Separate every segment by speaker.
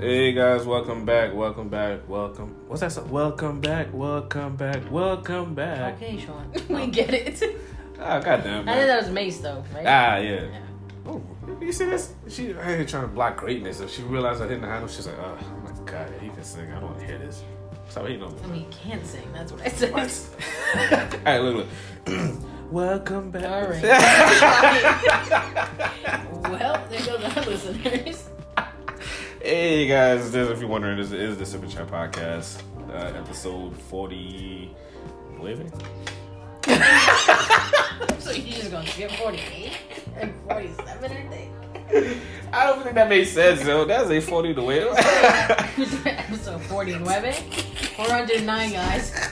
Speaker 1: Hey guys, welcome back, welcome back, welcome. What's that? Song? Welcome back, welcome back, welcome back.
Speaker 2: Okay, Sean. we get it.
Speaker 1: Ah, goddamn.
Speaker 2: I think
Speaker 1: man.
Speaker 2: that was Mace, though, right?
Speaker 1: Ah, yeah. Oh, you see this? She out here trying to block greatness. If she realized I didn't handle, she's like, oh my god, he can sing. I don't want to hear this. Stop hating on me.
Speaker 2: I mean, you can't sing. That's what I said.
Speaker 1: What? All right, look, look. welcome back.
Speaker 2: All right. Well, there goes our listeners.
Speaker 1: Hey guys, this, if you're wondering, this is the Sipping Chat podcast, uh, episode 40. Wait a minute.
Speaker 2: So you're just going to skip 48 and 47, I think.
Speaker 1: I don't think that made sense, though. That's a 40 to win.
Speaker 2: Episode 49. 409, guys.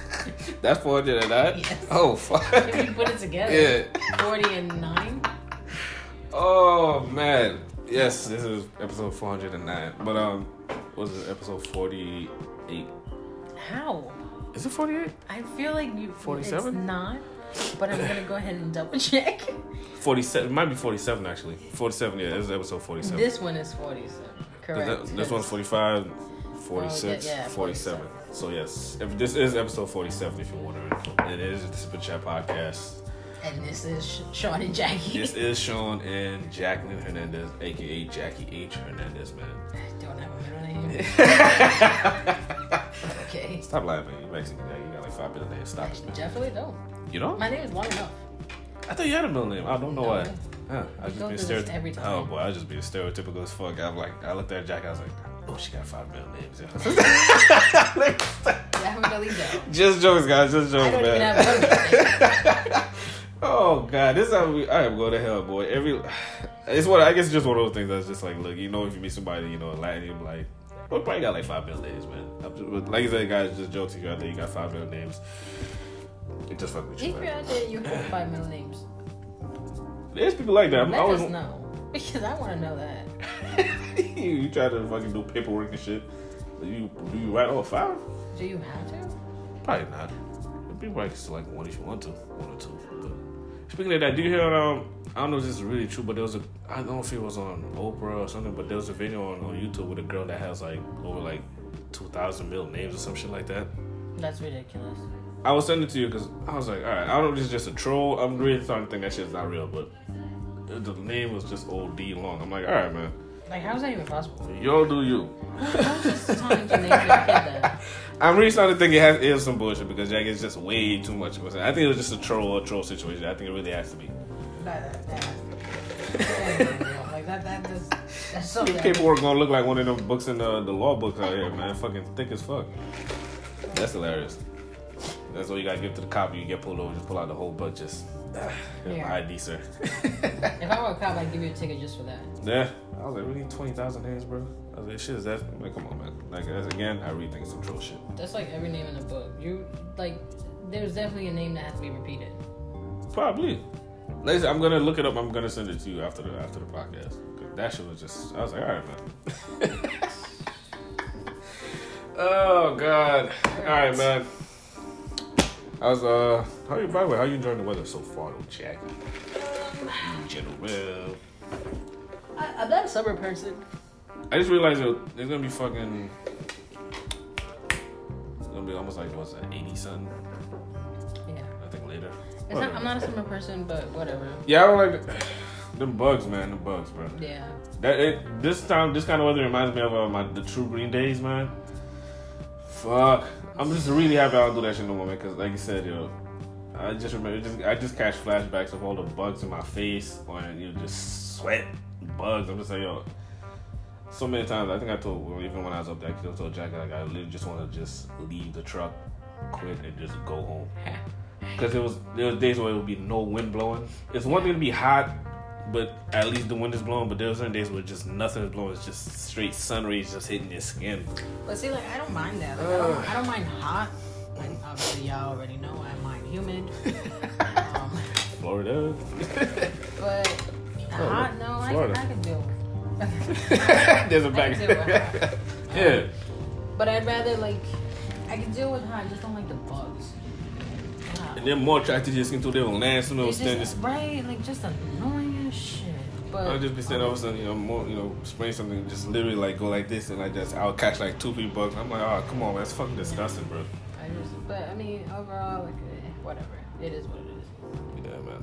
Speaker 1: That's 400 and that?
Speaker 2: Yes.
Speaker 1: Oh, fuck.
Speaker 2: If you put it together,
Speaker 1: Yeah.
Speaker 2: 40 and 9.
Speaker 1: Oh, man. Yes, this is episode 409. But, um, was it episode 48?
Speaker 2: How?
Speaker 1: Is it 48?
Speaker 2: I feel like you.
Speaker 1: 47?
Speaker 2: It's not, but I'm going to go ahead and double check.
Speaker 1: 47. It might be 47, actually. 47, yeah. This is episode 47.
Speaker 2: This one is 47. Correct. Oh,
Speaker 1: This, this one's 45, 46,
Speaker 2: yeah, yeah,
Speaker 1: 47. So, yes, if this is episode 47, if you're wondering. It is the Super Chat Podcast.
Speaker 2: And this is Sh- Sean and Jackie.
Speaker 1: This is Sean and Jacqueline Hernandez, aka Jackie H. Hernandez, man.
Speaker 2: Don't have a middle name. Okay.
Speaker 1: Stop lying, man. You Mexican guy. You got like five million names. Stop it,
Speaker 2: Actually,
Speaker 1: man.
Speaker 2: definitely don't.
Speaker 1: You know?
Speaker 2: My name is long enough.
Speaker 1: I thought you had a middle name. I don't know
Speaker 2: No.
Speaker 1: why. Huh, I just
Speaker 2: Go
Speaker 1: being
Speaker 2: through this
Speaker 1: stereotypical.
Speaker 2: every time.
Speaker 1: Oh boy, I was just being stereotypical as fuck. I'm like, I looked at Jackie. I was like, oh, she got five middle names. yeah.
Speaker 2: Definitely don't.
Speaker 1: just jokes, guys. Just jokes,
Speaker 2: I don't even
Speaker 1: man.
Speaker 2: have a middle name.
Speaker 1: Oh god, this is how we I am going to hell, boy. Every it's what I guess it's just one of those things that's just like, look, you know, if you meet somebody, you know, Latin, you're like, we probably got like five million names, man. I'm just, but like I said, guys, just jokes. If you out there, you got five million names. It just fuck with you,
Speaker 2: If you're
Speaker 1: man.
Speaker 2: out there, you have five middle names.
Speaker 1: There's people like that. I'm
Speaker 2: Let
Speaker 1: always
Speaker 2: us know. Because I want to know that.
Speaker 1: you try to fucking do paperwork and shit. You do you write all five?
Speaker 2: Do you have to?
Speaker 1: Probably not. People like select one if you want to, one or two. But speaking of that, do you hear? Um, I don't know if this is really true, but there was a I don't know if it was on Oprah or something, but there was a video on, on YouTube with a girl that has like over like two thousand mil names or some shit like that.
Speaker 2: That's ridiculous.
Speaker 1: I was sending it to you because I was like, all right, I don't know if this is just a troll. I'm really starting to think that shit's not real, but the name was just old D long. I'm like, all right, man,
Speaker 2: Like, how is that even possible?
Speaker 1: y'all do you.
Speaker 2: How is this time to name your kid that?
Speaker 1: I'm really starting to think it has it is some bullshit because Jack is just way too much. of a- I think it was just a troll, a troll situation. I think it really has to be.
Speaker 2: That, that, that. Like, that, that, that's, that's so
Speaker 1: Your
Speaker 2: bad.
Speaker 1: paperwork gonna look like one of them books in the, the law books out here, man. Fucking thick as fuck. That's hilarious. That's all you gotta give to the cop. You get pulled over, just pull out the whole book. Just ah, here's
Speaker 2: Yeah.
Speaker 1: my ID, sir.
Speaker 2: If I were a cop, I'd give you a ticket just for that.
Speaker 1: yeah. I was like, we need twenty thousand hands, bro. I was like, shit, is that? I'm like, come on, man. Like, that's, again, I really think it's some troll shit.
Speaker 2: That's like every name in the book. You, like, there's definitely a name that has to be repeated.
Speaker 1: Probably. Listen, I'm gonna look it up. I'm gonna send it to you after the after the podcast. 'Cause That shit was just. I was like, all right, man. oh God! All right, man. I was uh, how you by the way? How you enjoying the weather so far, though, Jackie?
Speaker 2: Um,
Speaker 1: In general,
Speaker 2: I, I'm not a summer person.
Speaker 1: I just realized it, it's gonna be fucking. It's gonna be almost like what's that, eighty sun?
Speaker 2: Yeah.
Speaker 1: I think later.
Speaker 2: It's not, I'm not a summer person, but whatever.
Speaker 1: Yeah, I don't like the, them bugs, man. The bugs, bro.
Speaker 2: Yeah.
Speaker 1: That it, this time, this kind of weather reminds me of uh, my the True Green days, man. Fuck, I'm just really happy I don't do that shit no more, man. Cause like you said, yo, I just remember, it just I just catch flashbacks of all the bugs in my face, and you know, just sweat bugs. I'm just like, yo, so many times. I think I told well, even when I was up there, I told Jack like I literally just want to just leave the truck, quit, and just go home. Cause it was there was days where it would be no wind blowing. It's one thing to be hot, but at least the wind is blowing. But there were certain days where just nothing is blowing. It's just straight sun rays just hitting your skin.
Speaker 2: But see, like, I don't mind that. Like, I, don't, I don't mind hot. Like, obviously, y'all already know I mind humid. um,
Speaker 1: Florida.
Speaker 2: but hot, no,
Speaker 1: Oh,
Speaker 2: I,
Speaker 1: Florida.
Speaker 2: I can deal with it.
Speaker 1: There's a
Speaker 2: I
Speaker 1: back.
Speaker 2: can deal with hot.
Speaker 1: yeah.
Speaker 2: But I'd rather, like, I can deal with hot. I just don't like the bugs. Hot.
Speaker 1: And they're more attracted to your skin too. They will land some little
Speaker 2: It's
Speaker 1: stand.
Speaker 2: just, right? Like, just annoying as shit. But
Speaker 1: I'll just be sitting all of a sudden, you know, more, you know, sprain something, and just literally like go like this and like this. I'll catch like two three bugs. I'm like, oh come on, man, that's fucking disgusting, bro.
Speaker 2: I just, but I mean, overall, like, eh, whatever. It is what it is.
Speaker 1: Yeah, man.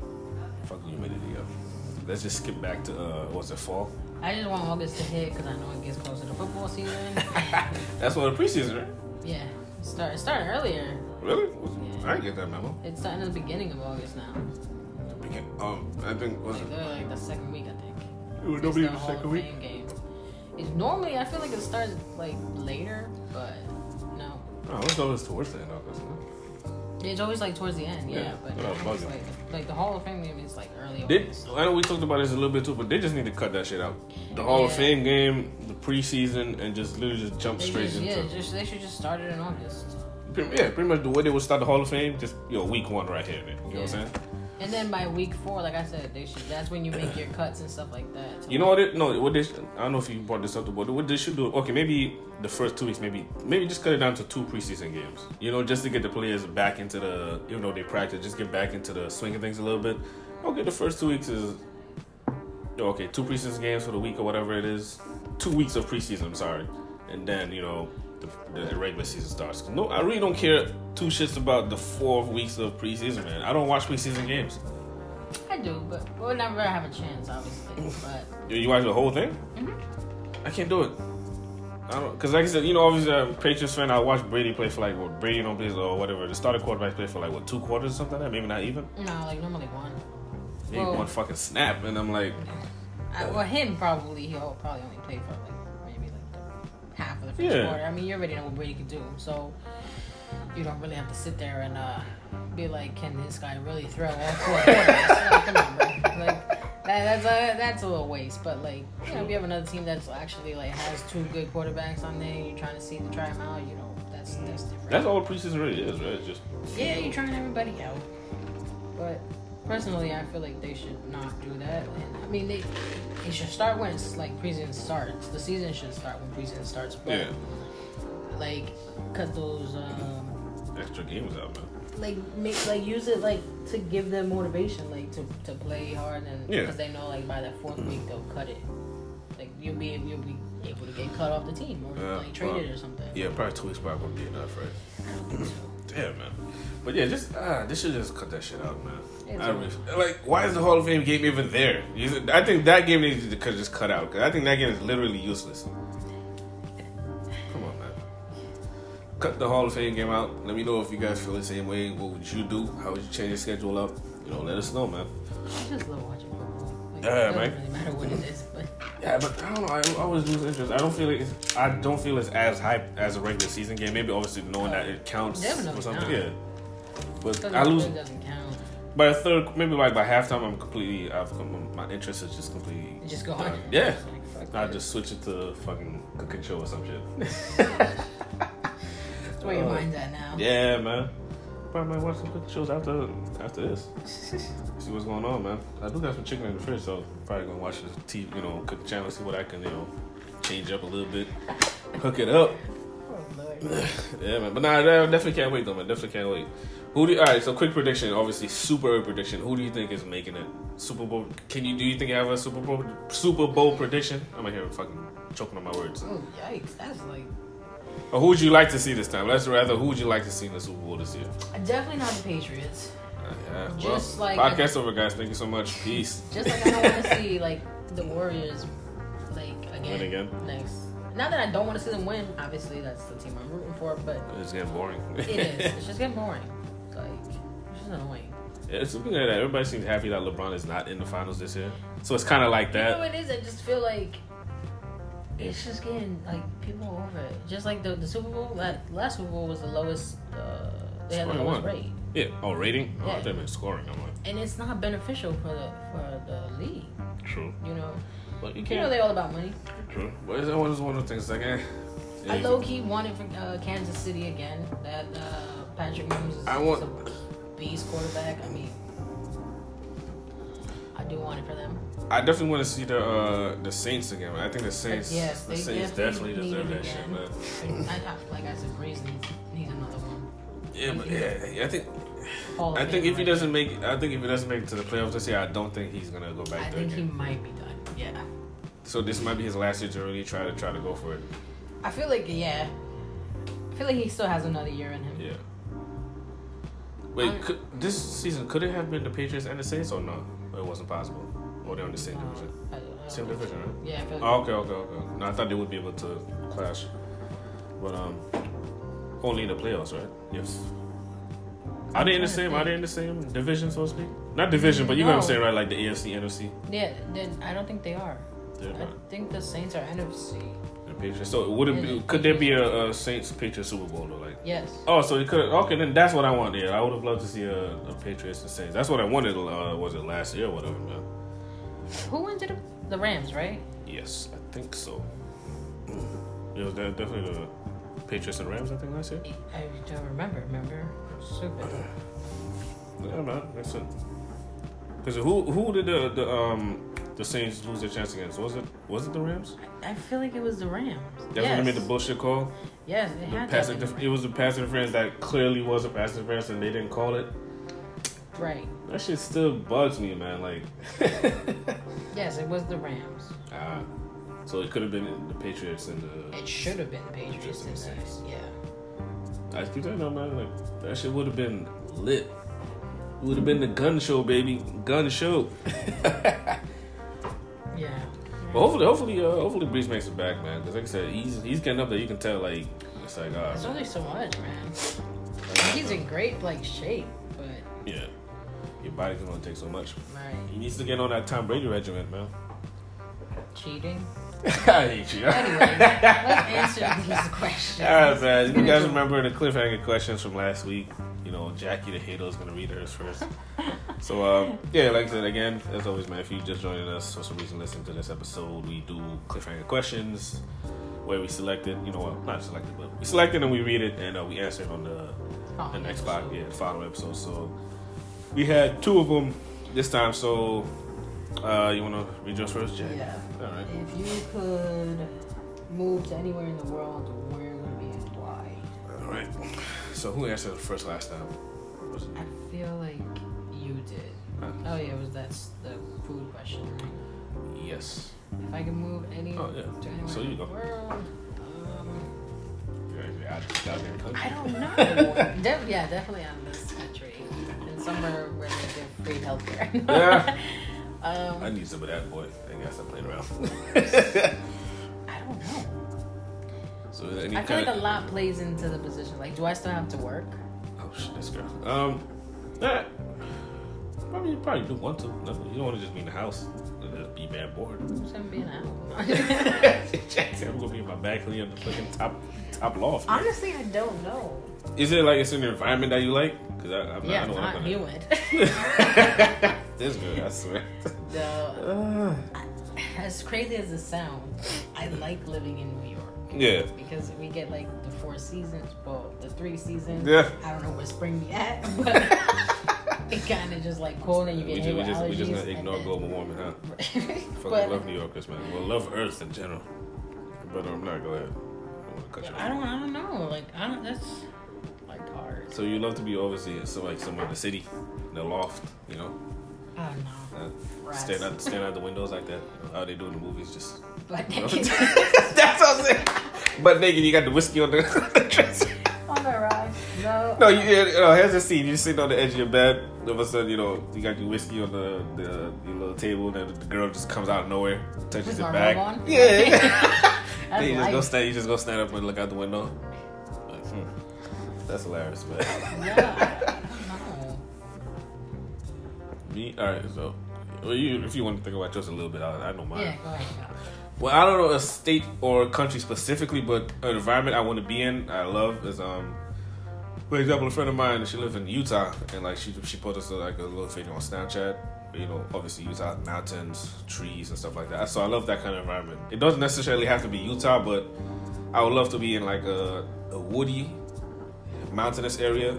Speaker 1: Fucking humidity up. Let's just skip back to uh, what's it fall?
Speaker 2: I just want August to hit because I know it gets closer to football season.
Speaker 1: That's what the preseason, right?
Speaker 2: yeah, it start it started earlier.
Speaker 1: Really? Was- I didn't get that memo.
Speaker 2: It's starting at the beginning of August now.
Speaker 1: Um, I think was
Speaker 2: Like,
Speaker 1: it?
Speaker 2: literally, like the second week, I think.
Speaker 1: it was
Speaker 2: It's
Speaker 1: nobody
Speaker 2: the
Speaker 1: in the
Speaker 2: Hall
Speaker 1: second
Speaker 2: of
Speaker 1: week.
Speaker 2: Fame game. It's normally I feel like it starts like later, but no,
Speaker 1: Oh, let's go. It's towards the end of August. man.
Speaker 2: it's always like towards the end. Yeah,
Speaker 1: Yeah,
Speaker 2: but
Speaker 1: they're all
Speaker 2: now it's,
Speaker 1: bugging.
Speaker 2: like like the Hall of Fame game is like early.
Speaker 1: Did,
Speaker 2: August.
Speaker 1: I know we talked about this a little bit too, but they just need to cut that shit out. The Hall of
Speaker 2: Yeah.
Speaker 1: Fame game, the preseason, and just literally just jump
Speaker 2: They
Speaker 1: straight
Speaker 2: just,
Speaker 1: into.
Speaker 2: yeah, just they should just start it in August.
Speaker 1: Pretty- Yeah, pretty much the way they would start the Hall of Fame, just yo week one right here, man. You know what I'm
Speaker 2: Yeah.
Speaker 1: saying?
Speaker 2: And then by week four, like I said, they should. That's when you make your cuts and stuff like that. So
Speaker 1: You know what? It, no, what they sh- I don't know if you brought this up, but what they should do? Okay, maybe the first two weeks, maybe maybe just cut it down to two preseason games. You know, just to get the players back into the even though they practice, just get back into the swing of things a little bit. Okay, the first two weeks is okay, two preseason games for the week or whatever it is. Two weeks of preseason. I'm sorry, and then you know the, the regular season starts. 'Cause No, I really don't care two shits about the four weeks of preseason, man. I don't watch preseason games.
Speaker 2: I do, but we'll never have a chance, obviously. But
Speaker 1: You, you watch the whole thing? I can't do it. I don't, cause like I said, you know, obviously I'm a Patriots fan. I watched Brady play for like what Brady don't play or whatever. The starting quarterback play for like what two quarters or something like that. Maybe not even.
Speaker 2: no, like normally one.
Speaker 1: Maybe
Speaker 2: Well-
Speaker 1: one fucking snap, and I'm like,
Speaker 2: I, Uh, well, him probably he'll probably only play for like maybe like the half of the first
Speaker 1: Yeah.
Speaker 2: quarter. I mean, you already know what Brady can do, so you don't really have to sit there and uh, be like, can this guy really throw all four quarters? like, come on, bro. Like that, that's a that's a little waste. But like, you know, if you have another team that's actually like has two good quarterbacks on there, you're trying to see them try them out. You know, that's that's different.
Speaker 1: that's all preseason really is, right? It's Just
Speaker 2: Yeah, you're trying everybody out. But personally, I feel like they should not do that. And, I mean, they it should start when it's like preseason starts. The season should start when preseason starts. But
Speaker 1: yeah,
Speaker 2: like, cut those. Um,
Speaker 1: extra games out, man.
Speaker 2: like make like use it like to give them motivation, like to, to play hard and
Speaker 1: Yeah.
Speaker 2: because they know like by the fourth week they'll cut it. Like you'll be you'll be able to get cut off the team or
Speaker 1: Yeah,
Speaker 2: like traded
Speaker 1: well,
Speaker 2: or something.
Speaker 1: Yeah, probably two weeks probably wouldn't be enough, right? Damn, man. But yeah, just ah, they should just cut that shit out, man.
Speaker 2: It's
Speaker 1: I really- like, why is the Hall of Fame game even there? You- I think that game needs to cut- just cut out. 'cause I think that game is literally useless. Come on, man. Cut the Hall of Fame game out. Let me know if you guys feel the same way. What would you do? How would you change your schedule up? You know, let us know, man.
Speaker 2: I just love watching football. Like,
Speaker 1: Yeah,
Speaker 2: it doesn't
Speaker 1: man.
Speaker 2: really matter what it is, but.
Speaker 1: Yeah, but I don't know. I always lose interest. I don't feel like it's, I don't feel it's as hype as a regular season game. Maybe obviously knowing that it counts
Speaker 2: Definitely
Speaker 1: or something.
Speaker 2: not.
Speaker 1: Yeah, but
Speaker 2: Doesn't-
Speaker 1: I lose
Speaker 2: it doesn't count.
Speaker 1: by the third, maybe like by halftime. I'm completely. I've come. My interest is just completely.
Speaker 2: Just go
Speaker 1: done.
Speaker 2: on.
Speaker 1: Uh, Yeah,
Speaker 2: Fuck
Speaker 1: I
Speaker 2: it.
Speaker 1: just switch it to fucking cook and show or some shit.
Speaker 2: That's where your
Speaker 1: uh,
Speaker 2: mind's at now.
Speaker 1: yeah, man. Probably might watch some cooking shows after after this. See what's going on, man. I do got some chicken in the fridge, so probably gonna watch the TV, you know, cook channel, see what I can, you know, change up a little bit, hook it up.
Speaker 2: Oh, Lord.
Speaker 1: Yeah, man. But nah, I definitely can't wait though, man. Definitely can't wait. Who do? You, all right, so quick prediction. Obviously, super early prediction. Who do you think is making it? Super Bowl? Can you do you think you have a Super Bowl Super Bowl prediction? I'm out here fucking choking on my words.
Speaker 2: Oh, yikes. That's like.
Speaker 1: Or who would you like to see this time? Let's rather who would you like to see in the Super Bowl this year?
Speaker 2: Definitely not the Patriots.
Speaker 1: Uh, yeah. Well,
Speaker 2: Just like-
Speaker 1: podcast over, guys. Thank you so much. Peace.
Speaker 2: Just like I don't want to see, like, the Warriors, like, again.
Speaker 1: Win again?
Speaker 2: Next. Not that I don't want to see them win. Obviously, that's the team I'm rooting for, but
Speaker 1: It's getting boring.
Speaker 2: it is. It's just getting boring. Like, it's just annoying.
Speaker 1: yeah, it's something like that. Everybody seems happy that LeBron is not in the finals this year, so it's kind of like
Speaker 2: You know
Speaker 1: that.
Speaker 2: what it is? I just feel like it's just getting like people are over it. Just like the, the Super Bowl, last, last Super Bowl was the lowest. Uh, they had the
Speaker 1: Scoring
Speaker 2: lowest
Speaker 1: one.
Speaker 2: rate,
Speaker 1: Yeah. Oh, rating. Oh,
Speaker 2: Yeah.
Speaker 1: I thought you meant scoring. I'm like,
Speaker 2: and it's not beneficial for the for the league.
Speaker 1: true.
Speaker 2: You know,
Speaker 1: But you
Speaker 2: you
Speaker 1: can't.
Speaker 2: know they all about money.
Speaker 1: True. But it's always one of the things like, eh.
Speaker 2: I low key wanted for uh, Kansas City again. That uh, Patrick Mahomes is
Speaker 1: I want-
Speaker 2: is a beast quarterback. I mean, I do want it for them.
Speaker 1: I definitely want to see the uh, the Saints again. I think the Saints,
Speaker 2: Yes,
Speaker 1: the
Speaker 2: they
Speaker 1: Saints definitely,
Speaker 2: definitely need
Speaker 1: deserve
Speaker 2: it
Speaker 1: that shit,
Speaker 2: again.
Speaker 1: man.
Speaker 2: I, I, like I said, Breeze needs, needs another one.
Speaker 1: Yeah, but yeah, I think
Speaker 2: Hall of
Speaker 1: I think if
Speaker 2: Fame
Speaker 1: he
Speaker 2: already.
Speaker 1: doesn't make, I think if he doesn't make it to the playoffs this year, I don't think he's gonna go back
Speaker 2: I
Speaker 1: there.
Speaker 2: think he
Speaker 1: Again.
Speaker 2: might be done. Yeah.
Speaker 1: So this might be his last year to really try to try to go for it.
Speaker 2: I feel like yeah. I feel like he still has another year in him.
Speaker 1: Yeah. Wait,
Speaker 2: I'm-
Speaker 1: could, this season could it have been the Patriots and the Saints or no? It wasn't possible. Or they're on the same
Speaker 2: Uh,
Speaker 1: division.
Speaker 2: I- I don't
Speaker 1: Same
Speaker 2: know.
Speaker 1: division, right?
Speaker 2: Yeah, I feel like
Speaker 1: Oh, okay, okay, okay. No, I thought they would be able to clash, but um, only in the playoffs, right? Yes. Are they in the same? Are they in the same division, so to speak? Not division, but you know what I'm
Speaker 2: No.
Speaker 1: saying, right? Like the AFC, NFC.
Speaker 2: yeah. Then I don't think they are.
Speaker 1: They're
Speaker 2: I
Speaker 1: not
Speaker 2: think the Saints are NFC.
Speaker 1: the Patriots. So would it be? Could there be a, a Saints Patriots Super Bowl or like?
Speaker 2: Yes.
Speaker 1: Oh, so it could. Okay, then that's what I want. Yeah, I would have loved to see a, a Patriots and Saints. That's what I wanted. Uh, was it last year or whatever? Man.
Speaker 2: Who ended up the Rams, right?
Speaker 1: Yes, I think so. It was de- definitely the Patriots and Rams. I think last year.
Speaker 2: I I don't remember. Remember? Stupid.
Speaker 1: Yeah, man, that's it. Because who who did the, the um the Saints lose their chance against? Was it was it the Rams?
Speaker 2: I feel like it was the Rams.
Speaker 1: That's when they made the bullshit call.
Speaker 2: Yes, it
Speaker 1: The
Speaker 2: had
Speaker 1: pass
Speaker 2: to have been
Speaker 1: interf- it was the pass interference that clearly was a pass interference, and they didn't call it.
Speaker 2: the Rams. right.
Speaker 1: That shit still bugs me, man. Like,
Speaker 2: Yes, it was the Rams.
Speaker 1: ah, so it could have been the Patriots and the.
Speaker 2: It should have been the Patriots.
Speaker 1: Just
Speaker 2: in
Speaker 1: the
Speaker 2: there.
Speaker 1: Saints.
Speaker 2: Yeah.
Speaker 1: I keep telling you, man, like that shit would have been lit. Would have been the gun show, baby, gun show.
Speaker 2: Yeah.
Speaker 1: But hopefully, hopefully, uh, hopefully, Breeze makes it back, man. Because like I said, he's he's getting up there. You can tell, like, it's like, ah,
Speaker 2: There's only so much, man.
Speaker 1: man.
Speaker 2: He's in great like shape, but
Speaker 1: yeah, your body can only take so much.
Speaker 2: right,
Speaker 1: He needs to get on that Tom Brady regimen, man.
Speaker 2: cheating.
Speaker 1: I hate you.
Speaker 2: Anyway, let's answer these questions.
Speaker 1: All right, man. If you guys remember the cliffhanger questions from last week, you know, Jackie the Hater is going to read hers first. so, um, yeah, like I said, again, as always, man, if you just joining us for some reason listening to this episode, we do cliffhanger questions where we selected, you know, well, not selected, but we selected and we read it and uh, we answer it on the,
Speaker 2: Oh,
Speaker 1: the next
Speaker 2: episode.
Speaker 1: pod, yeah, final episode. So, we had two of them this time. So, uh, you want to read yours first, Jackie?
Speaker 2: Yeah.
Speaker 1: All right.
Speaker 2: If you could move to anywhere in the world, where would it be and why?
Speaker 1: All right. So, who answered first last time? Was it-
Speaker 2: I feel like you did.
Speaker 1: Huh?
Speaker 2: Oh yeah, was that's the food question? Right?
Speaker 1: Yes.
Speaker 2: If I could move any
Speaker 1: Oh, yeah.
Speaker 2: to anywhere
Speaker 1: So you
Speaker 2: in the
Speaker 1: go.
Speaker 2: world, um, I
Speaker 1: I
Speaker 2: don't know. Def- yeah, definitely out of this country and somewhere where they give free healthcare.
Speaker 1: Yeah.
Speaker 2: um,
Speaker 1: I need some of that boy. I guess I'm playing around.
Speaker 2: I don't know.
Speaker 1: so any
Speaker 2: I feel
Speaker 1: kind
Speaker 2: like
Speaker 1: of
Speaker 2: a lot plays into the position. Like, do I still have to work?
Speaker 1: oh shit, this girl. Um, that probably you probably do want to. Nothing. You don't want to just be in the house and just be bad bored.
Speaker 2: Just gonna be an animal.
Speaker 1: Jackson, I'm gonna be in my balcony on the fucking top top loft. man.
Speaker 2: Honestly, I don't know.
Speaker 1: Is it like it's an environment that you like? Because I, I'm
Speaker 2: yeah,
Speaker 1: not, I
Speaker 2: it's
Speaker 1: don't
Speaker 2: not
Speaker 1: want to.
Speaker 2: humid.
Speaker 1: This girl, I swear.
Speaker 2: so,
Speaker 1: Uh,
Speaker 2: as crazy as it sounds, I like living in New York.
Speaker 1: yeah.
Speaker 2: because we get like the four seasons, well, the three seasons.
Speaker 1: Yeah.
Speaker 2: I don't know where spring be at, but it kind of just like cold and you
Speaker 1: We
Speaker 2: get
Speaker 1: just,
Speaker 2: hit
Speaker 1: we
Speaker 2: with
Speaker 1: just,
Speaker 2: allergies.
Speaker 1: we just gonna
Speaker 2: and
Speaker 1: ignore
Speaker 2: then-
Speaker 1: global warming, huh? Fucking
Speaker 2: but
Speaker 1: love New Yorkers, man. Well, love Earth in general. But I'm not glad. I want to cut you
Speaker 2: I
Speaker 1: off.
Speaker 2: don't, I don't know. Like, I don't. That's like hard.
Speaker 1: So you love to be obviously so like somewhere in the city, in the loft, you know,
Speaker 2: I don't know.
Speaker 1: uh,
Speaker 2: Rats.
Speaker 1: stand out, stand out the windows like that. You know, how they do in the movies, just.
Speaker 2: Black
Speaker 1: That's what I'm saying. But naked, you got the whiskey on the dresser.
Speaker 2: on the ride. No.
Speaker 1: No, you, you know, here's the scene. You're sitting on the edge of your bed. All of a sudden, you know, you got your whiskey on the, the your little table, and the girl just comes out of nowhere, touches
Speaker 2: With
Speaker 1: your
Speaker 2: my
Speaker 1: back.
Speaker 2: robe on?
Speaker 1: Yeah.
Speaker 2: That's
Speaker 1: Then you just
Speaker 2: life.
Speaker 1: go stand. You just go stand up and look out the window. Like, hmm, that's hilarious, man.
Speaker 2: Yeah. I don't know.
Speaker 1: Me, all right. So, well, you, if you want to think about yours a little bit, I, I know mine.
Speaker 2: Yeah, go ahead.
Speaker 1: Well, I don't know a state or a country specifically, but an environment I want to be in, I love is um. For example, a friend of mine, she lives in Utah, and like she she put us uh, like a little video on Snapchat. You know, obviously Utah mountains, trees, and stuff like that. So I love that kind of environment. It doesn't necessarily have to be Utah, but I would love to be in like a, a woody, mountainous area,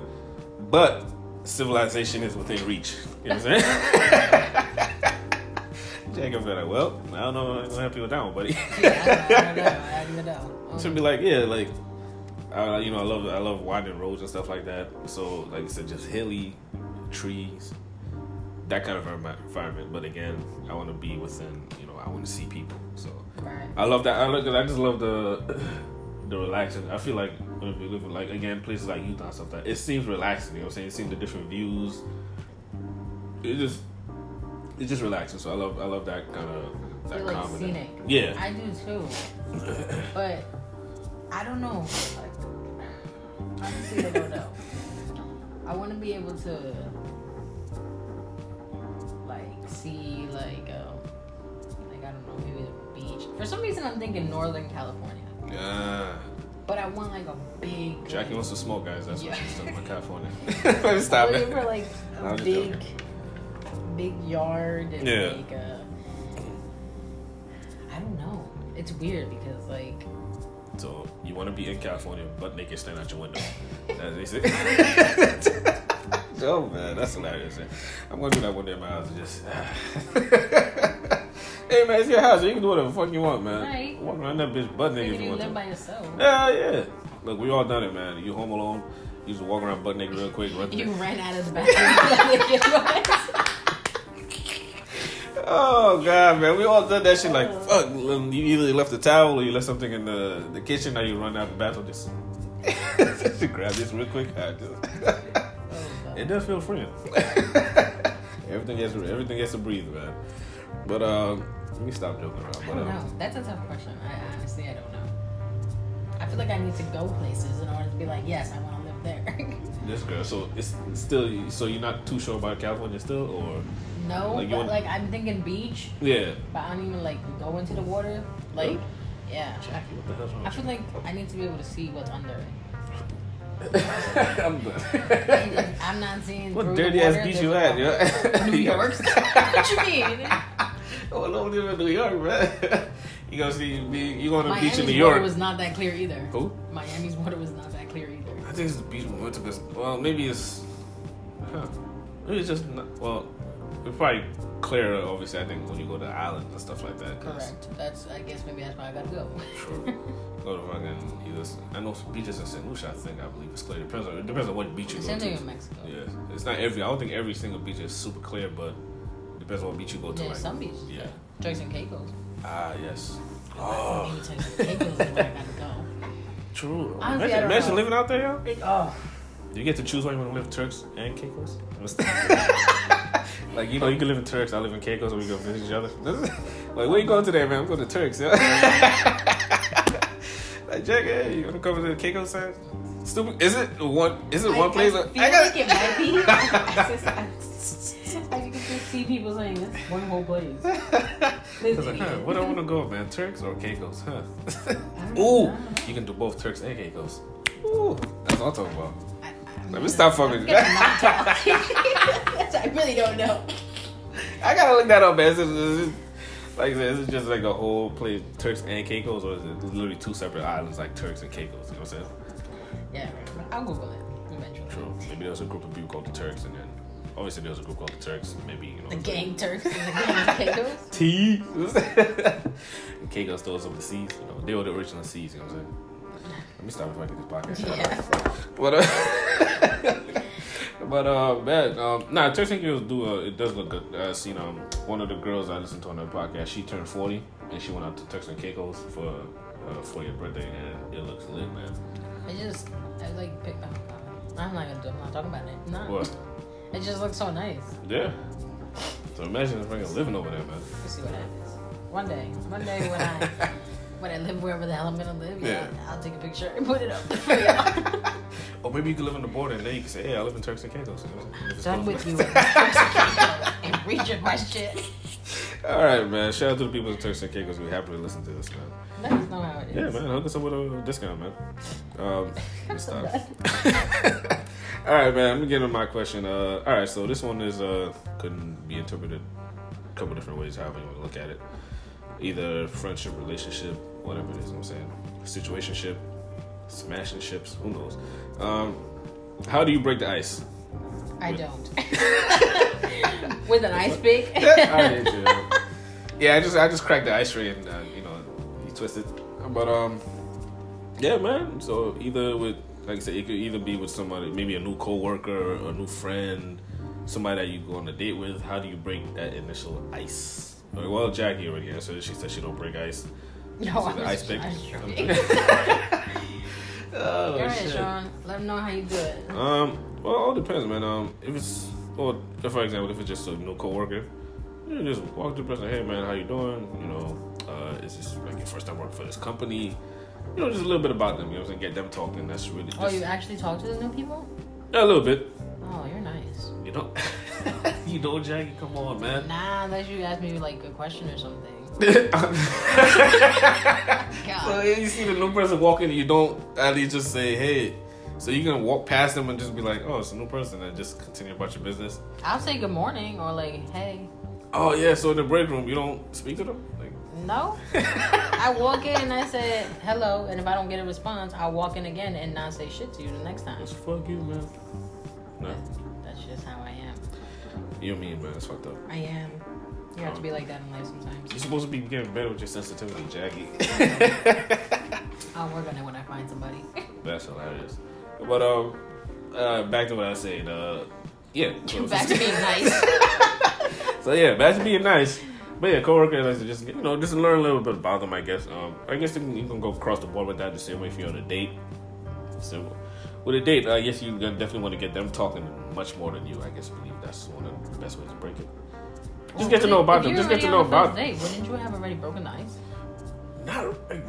Speaker 1: but civilization is within reach. You know what I'm saying? Jacob be like, well, I don't know, I'm gonna help you with that one, buddy.
Speaker 2: Yeah, I don't know. I don't know. Um,
Speaker 1: to be like, yeah, like, I, you know, I love I love winding roads and stuff like that. So, like I said, just hilly trees, that kind of envi- environment. But again, I want to be within. You know, I want to see people. So
Speaker 2: Right.
Speaker 1: I love that. I look. I just love the the relaxing. I feel like when we live in like again places like Utah and stuff. That it seems relaxing. You know, what I'm saying it seems the different views. It just it's just relaxing. So I love I love that kind of that
Speaker 2: You're, like,
Speaker 1: comedy.
Speaker 2: scenic.
Speaker 1: Yeah.
Speaker 2: I do too. but I don't know. Like, honestly, I don't know. I want to be able to like see like um, like I don't know maybe the beach. For some reason, I'm thinking Northern California.
Speaker 1: Yeah.
Speaker 2: But I want like a big.
Speaker 1: Jackie
Speaker 2: like,
Speaker 1: wants to smoke, guys. That's what
Speaker 2: Yeah.
Speaker 1: she's doing in California. Let me stop
Speaker 2: looking for
Speaker 1: it.
Speaker 2: like
Speaker 1: I'm
Speaker 2: a
Speaker 1: just
Speaker 2: big, big yard and
Speaker 1: Yeah.
Speaker 2: like a. I don't know. It's weird because like
Speaker 1: So you want to be in California, but naked stand out your window. That's it. oh man, that's hilarious. I'm gonna do that one day in my house. and Just hey man, it's your house. You can do whatever the fuck you want, man.
Speaker 2: Right.
Speaker 1: Walk around that bitch butt naked
Speaker 2: Nigga,
Speaker 1: if you
Speaker 2: you
Speaker 1: want
Speaker 2: live
Speaker 1: to.
Speaker 2: by yourself.
Speaker 1: Yeah, yeah. Look, we all done it, man. You home alone. You just walk around butt naked real quick. Run
Speaker 2: You ran out of the bathroom.
Speaker 1: Oh god, man, we all done that shit. Like, fuck, you either left the towel or you left something in the, the kitchen. Now you run out the bathroom. Just, just grab this real quick. I just- it does feel freeing. everything has everything has to breathe, man. But um, let me stop joking around.
Speaker 2: I
Speaker 1: But, um,
Speaker 2: don't know. That's a tough question. I honestly, I don't know. I feel like I need to go places in order to be like, yes, I want to live there.
Speaker 1: this girl, so it's still so you're not too sure about California still, or
Speaker 2: no,
Speaker 1: Like, you
Speaker 2: but
Speaker 1: want-
Speaker 2: like I'm thinking beach,
Speaker 1: yeah.
Speaker 2: but I don't even like go into the water. Like,
Speaker 1: Really?
Speaker 2: yeah.
Speaker 1: Jackie, what the hell's wrong?
Speaker 2: I feel like I need to be able to see what's under it.
Speaker 1: like I'm
Speaker 2: And
Speaker 1: done.
Speaker 2: if I'm not seeing
Speaker 1: What
Speaker 2: through
Speaker 1: dirty
Speaker 2: the
Speaker 1: ass
Speaker 2: water,
Speaker 1: beach
Speaker 2: there's
Speaker 1: you
Speaker 2: a
Speaker 1: at,
Speaker 2: problem.
Speaker 1: yo?
Speaker 2: New York. what you mean?
Speaker 1: Well, don't Oh, live in New York, man. You gonna see be, you going to the beach
Speaker 2: Miami's
Speaker 1: in New
Speaker 2: water
Speaker 1: York?
Speaker 2: was not that clear either.
Speaker 1: Who?
Speaker 2: Miami's water was not that clear either.
Speaker 1: I think it's the beach we went to. Cause well, maybe it's huh? Maybe it's just not, well, it's probably clearer. Obviously, I think when you go to islands and stuff like that. 'cause-
Speaker 2: Correct. That's I guess maybe that's why I gotta go.
Speaker 1: True. Go to fucking either. I know beaches in St. Lucia. I think I believe it's clear. Depends on it depends on what beach you
Speaker 2: Same
Speaker 1: go to.
Speaker 2: thing in Mexico.
Speaker 1: Yeah, it's not every. I don't think every single beach is super clear, but depends on what beach you go to.
Speaker 2: Yeah,
Speaker 1: like,
Speaker 2: some beaches.
Speaker 1: Yeah.
Speaker 2: Turks and Caicos.
Speaker 1: Ah, yes.
Speaker 2: Oh. Maybe Turks and Caicos is where I gotta
Speaker 1: True.
Speaker 2: I
Speaker 1: imagine
Speaker 2: don't
Speaker 1: imagine
Speaker 2: know.
Speaker 1: living out there, yo.
Speaker 2: go. Oh.
Speaker 1: You get to choose where you want to live, Turks and Caicos. like you know, you can live in Turks. I live in Caicos, and we go visit each other. like where you going today, man? I'm going to Turks. Yeah. like Jack, hey, you want to come to the Caicos side? Stupid. Is it one? Is it one place?
Speaker 2: I,
Speaker 1: that-
Speaker 2: feel
Speaker 1: I
Speaker 2: like it might be. I can just see people saying this is one whole place.
Speaker 1: I was like, huh, where do I want to go, man? Turks or Caicos? Huh?
Speaker 2: don't
Speaker 1: Ooh,
Speaker 2: know.
Speaker 1: you can do both Turks and Caicos. Ooh, that's what I'm talking about.
Speaker 2: I- I'm
Speaker 1: Let me stop
Speaker 2: gonna-
Speaker 1: fucking.
Speaker 2: I'm not talking. I really don't know.
Speaker 1: I gotta look that up, man. Is it- is it- like I said, is it just like a whole place, Turks and Caicos, or is it literally two separate islands, like Turks and Caicos? You know what I'm saying?
Speaker 2: Yeah, right. I'll Google it eventually.
Speaker 1: True. Maybe there's a group of people called the Turks, and then obviously there's a group called the Turks. Maybe you know
Speaker 2: The gang Turks and the gang Caicos.
Speaker 1: T. Caicos throws up the seas. You know, they were the original seas. You know what I'm saying? Let me stop before I get this podcast. shut
Speaker 2: Yeah.
Speaker 1: off. But uh, but uh, man, um, nah, Turks and Caicos do. Uh, it does look good. I seen um one of the girls I listened to on the podcast. She turned forty, and she went out to Turks and Caicos for uh, for your birthday, and it looks lit, man.
Speaker 2: I just, I like picked up. I'm not gonna do. I'm not talking about it. No.
Speaker 1: What?
Speaker 2: It just looks so nice.
Speaker 1: Yeah. So imagine if I can living over there, man.
Speaker 2: We'll see what happens. One day, one day when I when I live wherever the hell I'm gonna live, yeah,
Speaker 1: Yeah.
Speaker 2: I'll take a picture and put it up. for y'all.
Speaker 1: Or maybe you could live on the border, and then you can say, "Hey, I live in Turks and Caicos." You know, if it's
Speaker 2: Done
Speaker 1: close
Speaker 2: with
Speaker 1: enough.
Speaker 2: you. and reach at my shit.
Speaker 1: All right, man. Shout out to the people in Turks and Caicos. We happily listen to this, man.
Speaker 2: Let us know how it is.
Speaker 1: Yeah, man. Hook us up with a discount, man. Um,
Speaker 2: I'm
Speaker 1: good
Speaker 2: so
Speaker 1: stuff.
Speaker 2: done.
Speaker 1: all right, man. I'm gonna get into my question. Uh, all right, so this one is uh couldn't be interpreted a couple different ways, however you want to look at it. Either friendship, relationship, whatever it is. You know what I'm saying situationship, smashing ships. Who knows? Um, how do you break the ice?
Speaker 2: I don't. With an ice pick.
Speaker 1: I hate you. Yeah, I just I just cracked the ice ray and uh, you know he twisted. But um, yeah, man. So either with like I said, it could either be with somebody, maybe a new coworker, a new friend, somebody that you go on a date with, how do you break that initial ice? Like, well, Jackie already answered. it. She said she don't break ice.
Speaker 2: No,
Speaker 1: Is it
Speaker 2: I'm
Speaker 1: the ice
Speaker 2: Oh, just
Speaker 1: pick?
Speaker 2: joking.
Speaker 1: Oh,
Speaker 2: Go ahead, Sean. Let them know how you do it. Oh,
Speaker 1: Um, well, it all depends, man. Um, if it's, or if, for example, if it's just a new coworker, you just walk to the person, hey, man, how you doing? You know, uh, is this like your first time working for this company? You know, just a little bit about them. You know, what I'm saying? get them talking. That's really just
Speaker 2: Oh, you actually talk to the new people?
Speaker 1: Yeah, a little bit.
Speaker 2: Oh, you're nice.
Speaker 1: You know, you know, Jackie. Come on, man.
Speaker 2: Nah, unless you ask me like a question or something.
Speaker 1: So
Speaker 2: God.
Speaker 1: yeah, you see the new person walking, you don't at least just say, "Hey." So you can walk past them and just be like, "Oh, it's a new person," and just continue about your business.
Speaker 2: I'll say good morning or like, hey.
Speaker 1: Oh yeah. So in the break room, you don't speak to them. Like,
Speaker 2: No. I walk in and I said hello, and if I don't get a response, I'll walk in again and not say shit to you the next time.
Speaker 1: It's fuck you, man. No,
Speaker 2: That's just how I am.
Speaker 1: you mean, man. It's fucked up.
Speaker 2: I am. You have to be like that in life sometimes.
Speaker 1: You're supposed to be getting better with your sensitivity, Jackie.
Speaker 2: I'll work on it when I find somebody.
Speaker 1: That's hilarious. But um, uh, back to what I said. Uh, yeah. so-
Speaker 2: Back to being nice.
Speaker 1: So yeah, back to being nice. But yeah, coworkers like to just you know just learn a little bit about them. I guess. Um, I guess you can, you can go across the board with that the same way if you're on a date. So with a date, I guess you definitely want to get them talking much more than you. I guess believe that's one of the best ways to break it. Just get to know about
Speaker 2: If
Speaker 1: them.
Speaker 2: you're
Speaker 1: Just get to
Speaker 2: already
Speaker 1: know
Speaker 2: on the
Speaker 1: about
Speaker 2: first
Speaker 1: them.
Speaker 2: date, wouldn't you have already broken the ice?
Speaker 1: Not, like,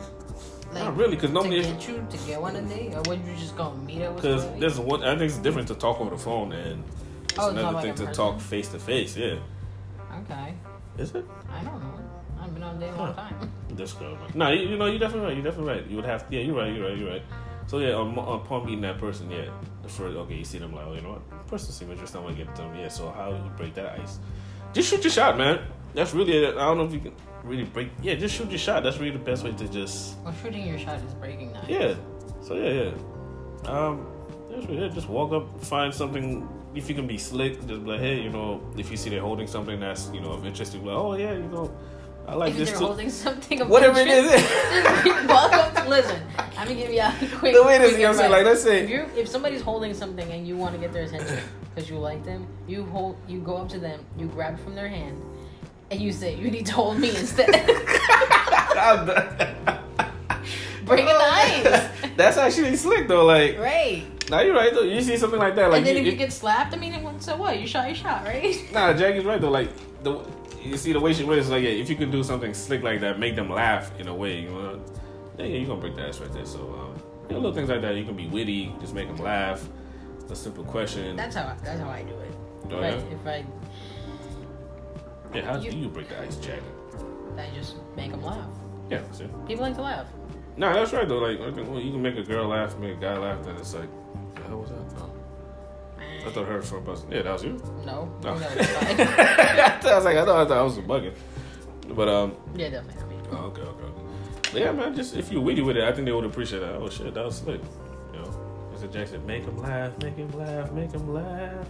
Speaker 2: Like,
Speaker 1: not really, because
Speaker 2: to
Speaker 1: normally it's-
Speaker 2: get you to get one a date, or would you just go meet up with
Speaker 1: Because
Speaker 2: somebody?
Speaker 1: there's one, I think it's different to talk over the phone and it's
Speaker 2: Oh, it's not
Speaker 1: another
Speaker 2: like
Speaker 1: thing
Speaker 2: in
Speaker 1: to
Speaker 2: person.
Speaker 1: talk face to face. Yeah,
Speaker 2: Okay,
Speaker 1: is it?
Speaker 2: I don't know. I've been on a date a
Speaker 1: Huh.
Speaker 2: long time.
Speaker 1: This girl. Man. No, you, you know you're definitely right. You're definitely right. You would have. Yeah, you're right. You're right. You're right. So yeah, um, upon meeting that person, yeah, the first okay, you see them like, oh, you know what, person seems interesting. I want to get them. Yeah, so how do you break that ice? Just shoot your shot, man. That's really. it. I don't know if you can really break. Yeah, just shoot your shot. That's really the best way to just.
Speaker 2: Well, shooting your shot is breaking the ice.
Speaker 1: Yeah. So yeah, yeah. Um, that's what- yeah, just walk up, find something. If you can be slick, just be like, hey, you know, if you see they're holding something that's you know of interest, you be like, oh yeah, you know, I like
Speaker 2: If
Speaker 1: this
Speaker 2: they're
Speaker 1: too.
Speaker 2: holding something of
Speaker 1: Whatever it
Speaker 2: interest,
Speaker 1: is.
Speaker 2: just be welcome to listen. I'm gonna give y'all a quick.
Speaker 1: the way this
Speaker 2: quick
Speaker 1: goes,
Speaker 2: advice.
Speaker 1: like let's
Speaker 2: If
Speaker 1: say,
Speaker 2: you if somebody's holding something and you want to get their attention because you like them, you hold you go up to them, you grab it from their hand, and you say, "You need to hold me instead."
Speaker 1: I'm done.
Speaker 2: Breaking the ice,
Speaker 1: that's actually slick though. Like
Speaker 2: right?
Speaker 1: now you're right though. You see something like that, like
Speaker 2: and then
Speaker 1: you,
Speaker 2: if you
Speaker 1: it-
Speaker 2: get slapped, I mean, so what? You shot your shot, right?
Speaker 1: nah, Jackie's right though. Like the you see the way she wears, like yeah, if you can do something slick like that, make them laugh in a way, you know, then yeah, you're gonna break the ice right there. So um, yeah, little things like that, you can be witty, just make them laugh. A simple question.
Speaker 2: That's how I, that's how I do it.
Speaker 1: Oh,
Speaker 2: Right?
Speaker 1: yeah?
Speaker 2: If I
Speaker 1: yeah, how
Speaker 2: you-
Speaker 1: do you break the ice, Jackie?
Speaker 2: I just make them laugh.
Speaker 1: Yeah, see?
Speaker 2: People like to laugh.
Speaker 1: Nah, that's right though. Like I think well, you can make a girl laugh, make a guy laugh, then it's like, the hell was that? No. I thought I heard from a buzz. Yeah, that was you.
Speaker 2: No,
Speaker 1: No.
Speaker 2: no, it's fine.
Speaker 1: I was like, I thought I thought I was a bugging. But um
Speaker 2: yeah, definitely. I mean,
Speaker 1: Oh, okay, okay, okay. But yeah, man, just if you witty with it, I think they would appreciate that. Oh shit, that was slick. You know, Mr. Jackson, make him laugh, make him laugh, make him laugh.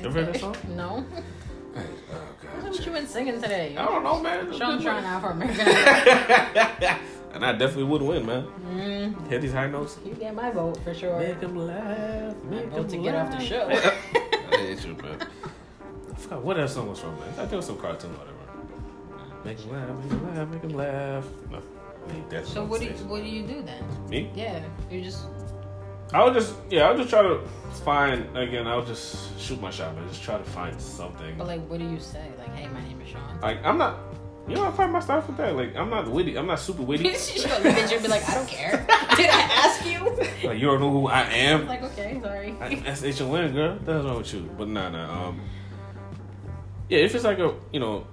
Speaker 1: You ever heard that song?
Speaker 2: No,
Speaker 1: Hey, oh
Speaker 2: what you
Speaker 1: god.
Speaker 2: been singing today?
Speaker 1: I don't know, man. It's a
Speaker 2: Sean
Speaker 1: good
Speaker 2: trying
Speaker 1: one.
Speaker 2: out for American Idol.
Speaker 1: And I definitely would win, man.
Speaker 2: Mm,
Speaker 1: Hit these high notes.
Speaker 2: you get my vote for sure.
Speaker 1: Make him laugh. Make
Speaker 2: vote
Speaker 1: him
Speaker 2: to get off the
Speaker 1: laugh.
Speaker 2: show.
Speaker 1: I hate you, man. I forgot what that song was from, man. I think it was some cartoon or whatever. Make him laugh, make him laugh, make him laugh. No. I need that
Speaker 2: So
Speaker 1: on
Speaker 2: what do you,
Speaker 1: stage.
Speaker 2: what do you do then?
Speaker 1: Me?
Speaker 2: Yeah, you just
Speaker 1: I would just yeah, I would just try to find again. I would just shoot my shot, man. Just try to find something.
Speaker 2: but like what do you say? Like hey, my name is Sean.
Speaker 1: Like I'm not, you know, I find my stuff with that. Like I'm not witty. I'm not super witty.
Speaker 2: She's gonna look at you and be like, I don't care. Did I ask you?
Speaker 1: like you don't know who I am.
Speaker 2: like okay, sorry.
Speaker 1: That's H O N, girl. That's wrong with you. But nah, nah. Um, yeah, if it's like a, you know,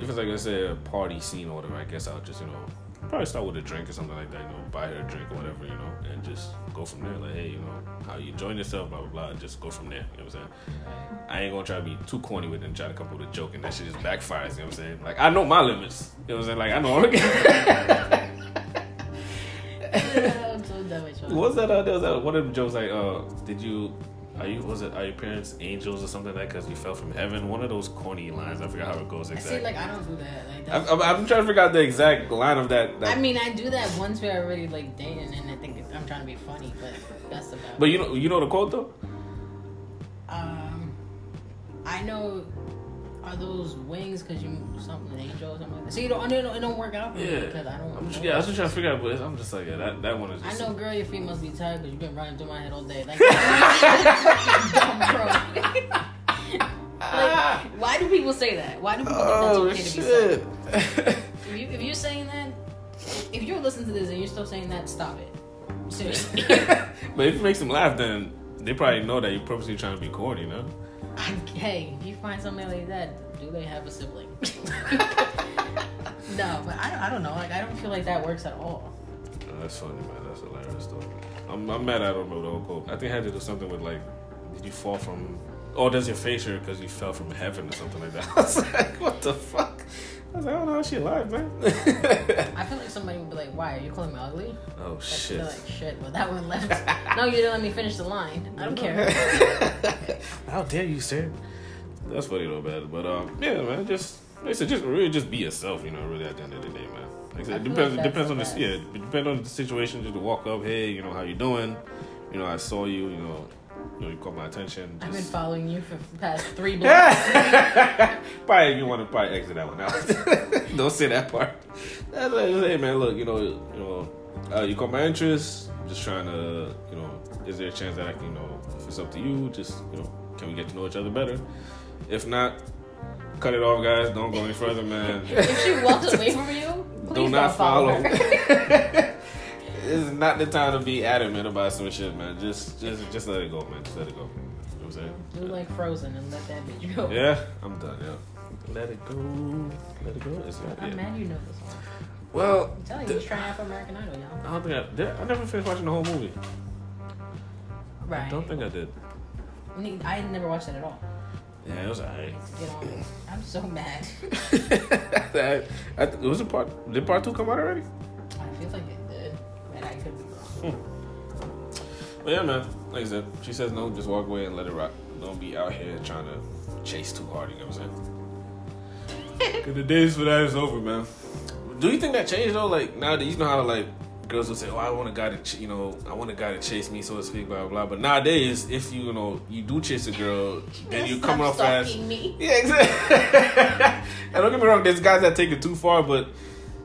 Speaker 1: if it's like I said, a party scene or whatever, I guess I'll just, you know, probably start with a drink or something like that. You know, buy her a drink or whatever, you know, and just go from there. Like, hey, you know, how you enjoying yourself, blah blah blah. and Just go from there. You know what I'm saying? I ain't gonna try to be too corny with it and try to come up with a joke, and that shit just backfires. You know what I'm saying? Like, I know my limits. You know what I'm saying? Like, I know.
Speaker 2: I'm so done with Sean.
Speaker 1: What's that? Uh, there was that one of them jokes like, uh, did you, are you, was it, are your parents angels or something like that because you fell from heaven? One of those corny lines. I forgot how it goes
Speaker 2: See,
Speaker 1: exactly.
Speaker 2: like I don't do that. Like
Speaker 1: I'm,
Speaker 2: that's,
Speaker 1: I'm, I'm trying to figure out the exact line of that. that
Speaker 2: I mean, I do that once we're already like dating, and I think I'm trying to be funny, but that's about.
Speaker 1: but you know, you know the quote though.
Speaker 2: um, I know. Are those wings? Cause you something angel or something like that. So you don't. It don't, it don't work out for me
Speaker 1: Yeah.
Speaker 2: because I don't.
Speaker 1: I'm just,
Speaker 2: know.
Speaker 1: yeah, I was just trying to figure out, but it's- I'm just like, yeah, that, that one is
Speaker 2: I
Speaker 1: just.
Speaker 2: know, girl, your feet must be tired because you've been running through my head all day. Like, dumb, bro. like, why do people say that? Why do people
Speaker 1: Oh,
Speaker 2: think that's okay to
Speaker 1: shit.
Speaker 2: be said? If, you, if you're saying that, if you're listening to this and you're still saying that, stop it. Seriously.
Speaker 1: but if it makes them laugh, then they probably know that you're purposely trying to be corny, no?
Speaker 2: hey, if you find something like that, do they have a sibling? no, but I, don't- I don't know. Like, I don't feel like that works at all.
Speaker 1: Oh, that's funny, man. That's hilarious, though. I'm, I'm mad I don't know the whole quote. I think it had to do something with, like, did you fall from. Or does your face hurt because you fell from heaven or something like that? I was like, what the fuck? I was like, I don't know how she alive, man.
Speaker 2: I feel like somebody would be like, why? Are you calling me ugly?
Speaker 1: oh,
Speaker 2: Like,
Speaker 1: shit.
Speaker 2: They're like, shit, well, that one left. no, you didn't let me finish the line. I don't care.
Speaker 1: How dare you, sir? That's funny though, bad. But um, yeah, man, just like I said, just really just be yourself. You know, really at the end of the day, man. Like I
Speaker 2: I
Speaker 1: said, it
Speaker 2: feel
Speaker 1: depends.
Speaker 2: like
Speaker 1: it depends on the
Speaker 2: that's
Speaker 1: yeah, it depends on the situation. Just to walk up, hey, you know, how you doing? You know, I saw you. You know, you, know, you caught my attention.
Speaker 2: I've been
Speaker 1: Just...
Speaker 2: following you for the past three blocks.
Speaker 1: probably if you want to probably exit that one out. Don't say that part. That's like, just, hey man, look, you know, you know, uh, you caught my interest. Just trying to, you know, is there a chance that I can, you know, if it's up to you, just you know, can we get to know each other better? If not, cut it off, guys. Don't go any further, man.
Speaker 2: if she walks away from you, please
Speaker 1: Do
Speaker 2: don't,
Speaker 1: not follow.
Speaker 2: follow. her.
Speaker 1: It's not the time to be adamant about some shit, man. Just, just, just let it go, man. Just let it go. You know what I'm saying?
Speaker 2: Do like Frozen and let that bitch go.
Speaker 1: Yeah, I'm done. Yeah. Let it go. Let it go. It's not,
Speaker 2: I'm
Speaker 1: yeah.
Speaker 2: mad you know this one.
Speaker 1: Well,
Speaker 2: I'm telling you,
Speaker 1: th-
Speaker 2: he's trying out for American Idol, y'all.
Speaker 1: I don't think I did. I never finished watching the whole movie.
Speaker 2: Right.
Speaker 1: I don't think I did.
Speaker 2: Ne- I never watched that at all.
Speaker 1: Yeah, it was alright.
Speaker 2: You know, I'm so mad.
Speaker 1: I, I, th- it was a part. Did part two come out already?
Speaker 2: I feel like it did, but I could be wrong.
Speaker 1: But yeah, man. Like I said, she says no. Just walk away and let it rock. Don't be out here trying to chase too hard. You know what I'm saying? 'Cause the days for that is over, man. Do you think that changed though? Like nowadays, you know how like girls will say, "Oh, I want a guy to, ch- you know, I want a guy to chase me, so to speak, blah blah." blah. But nowadays, if you, you know, you do chase a girl, then you
Speaker 2: Stop
Speaker 1: coming off as
Speaker 2: stalking me.
Speaker 1: Yeah, exactly. and don't get me wrong, there's guys that take it too far, but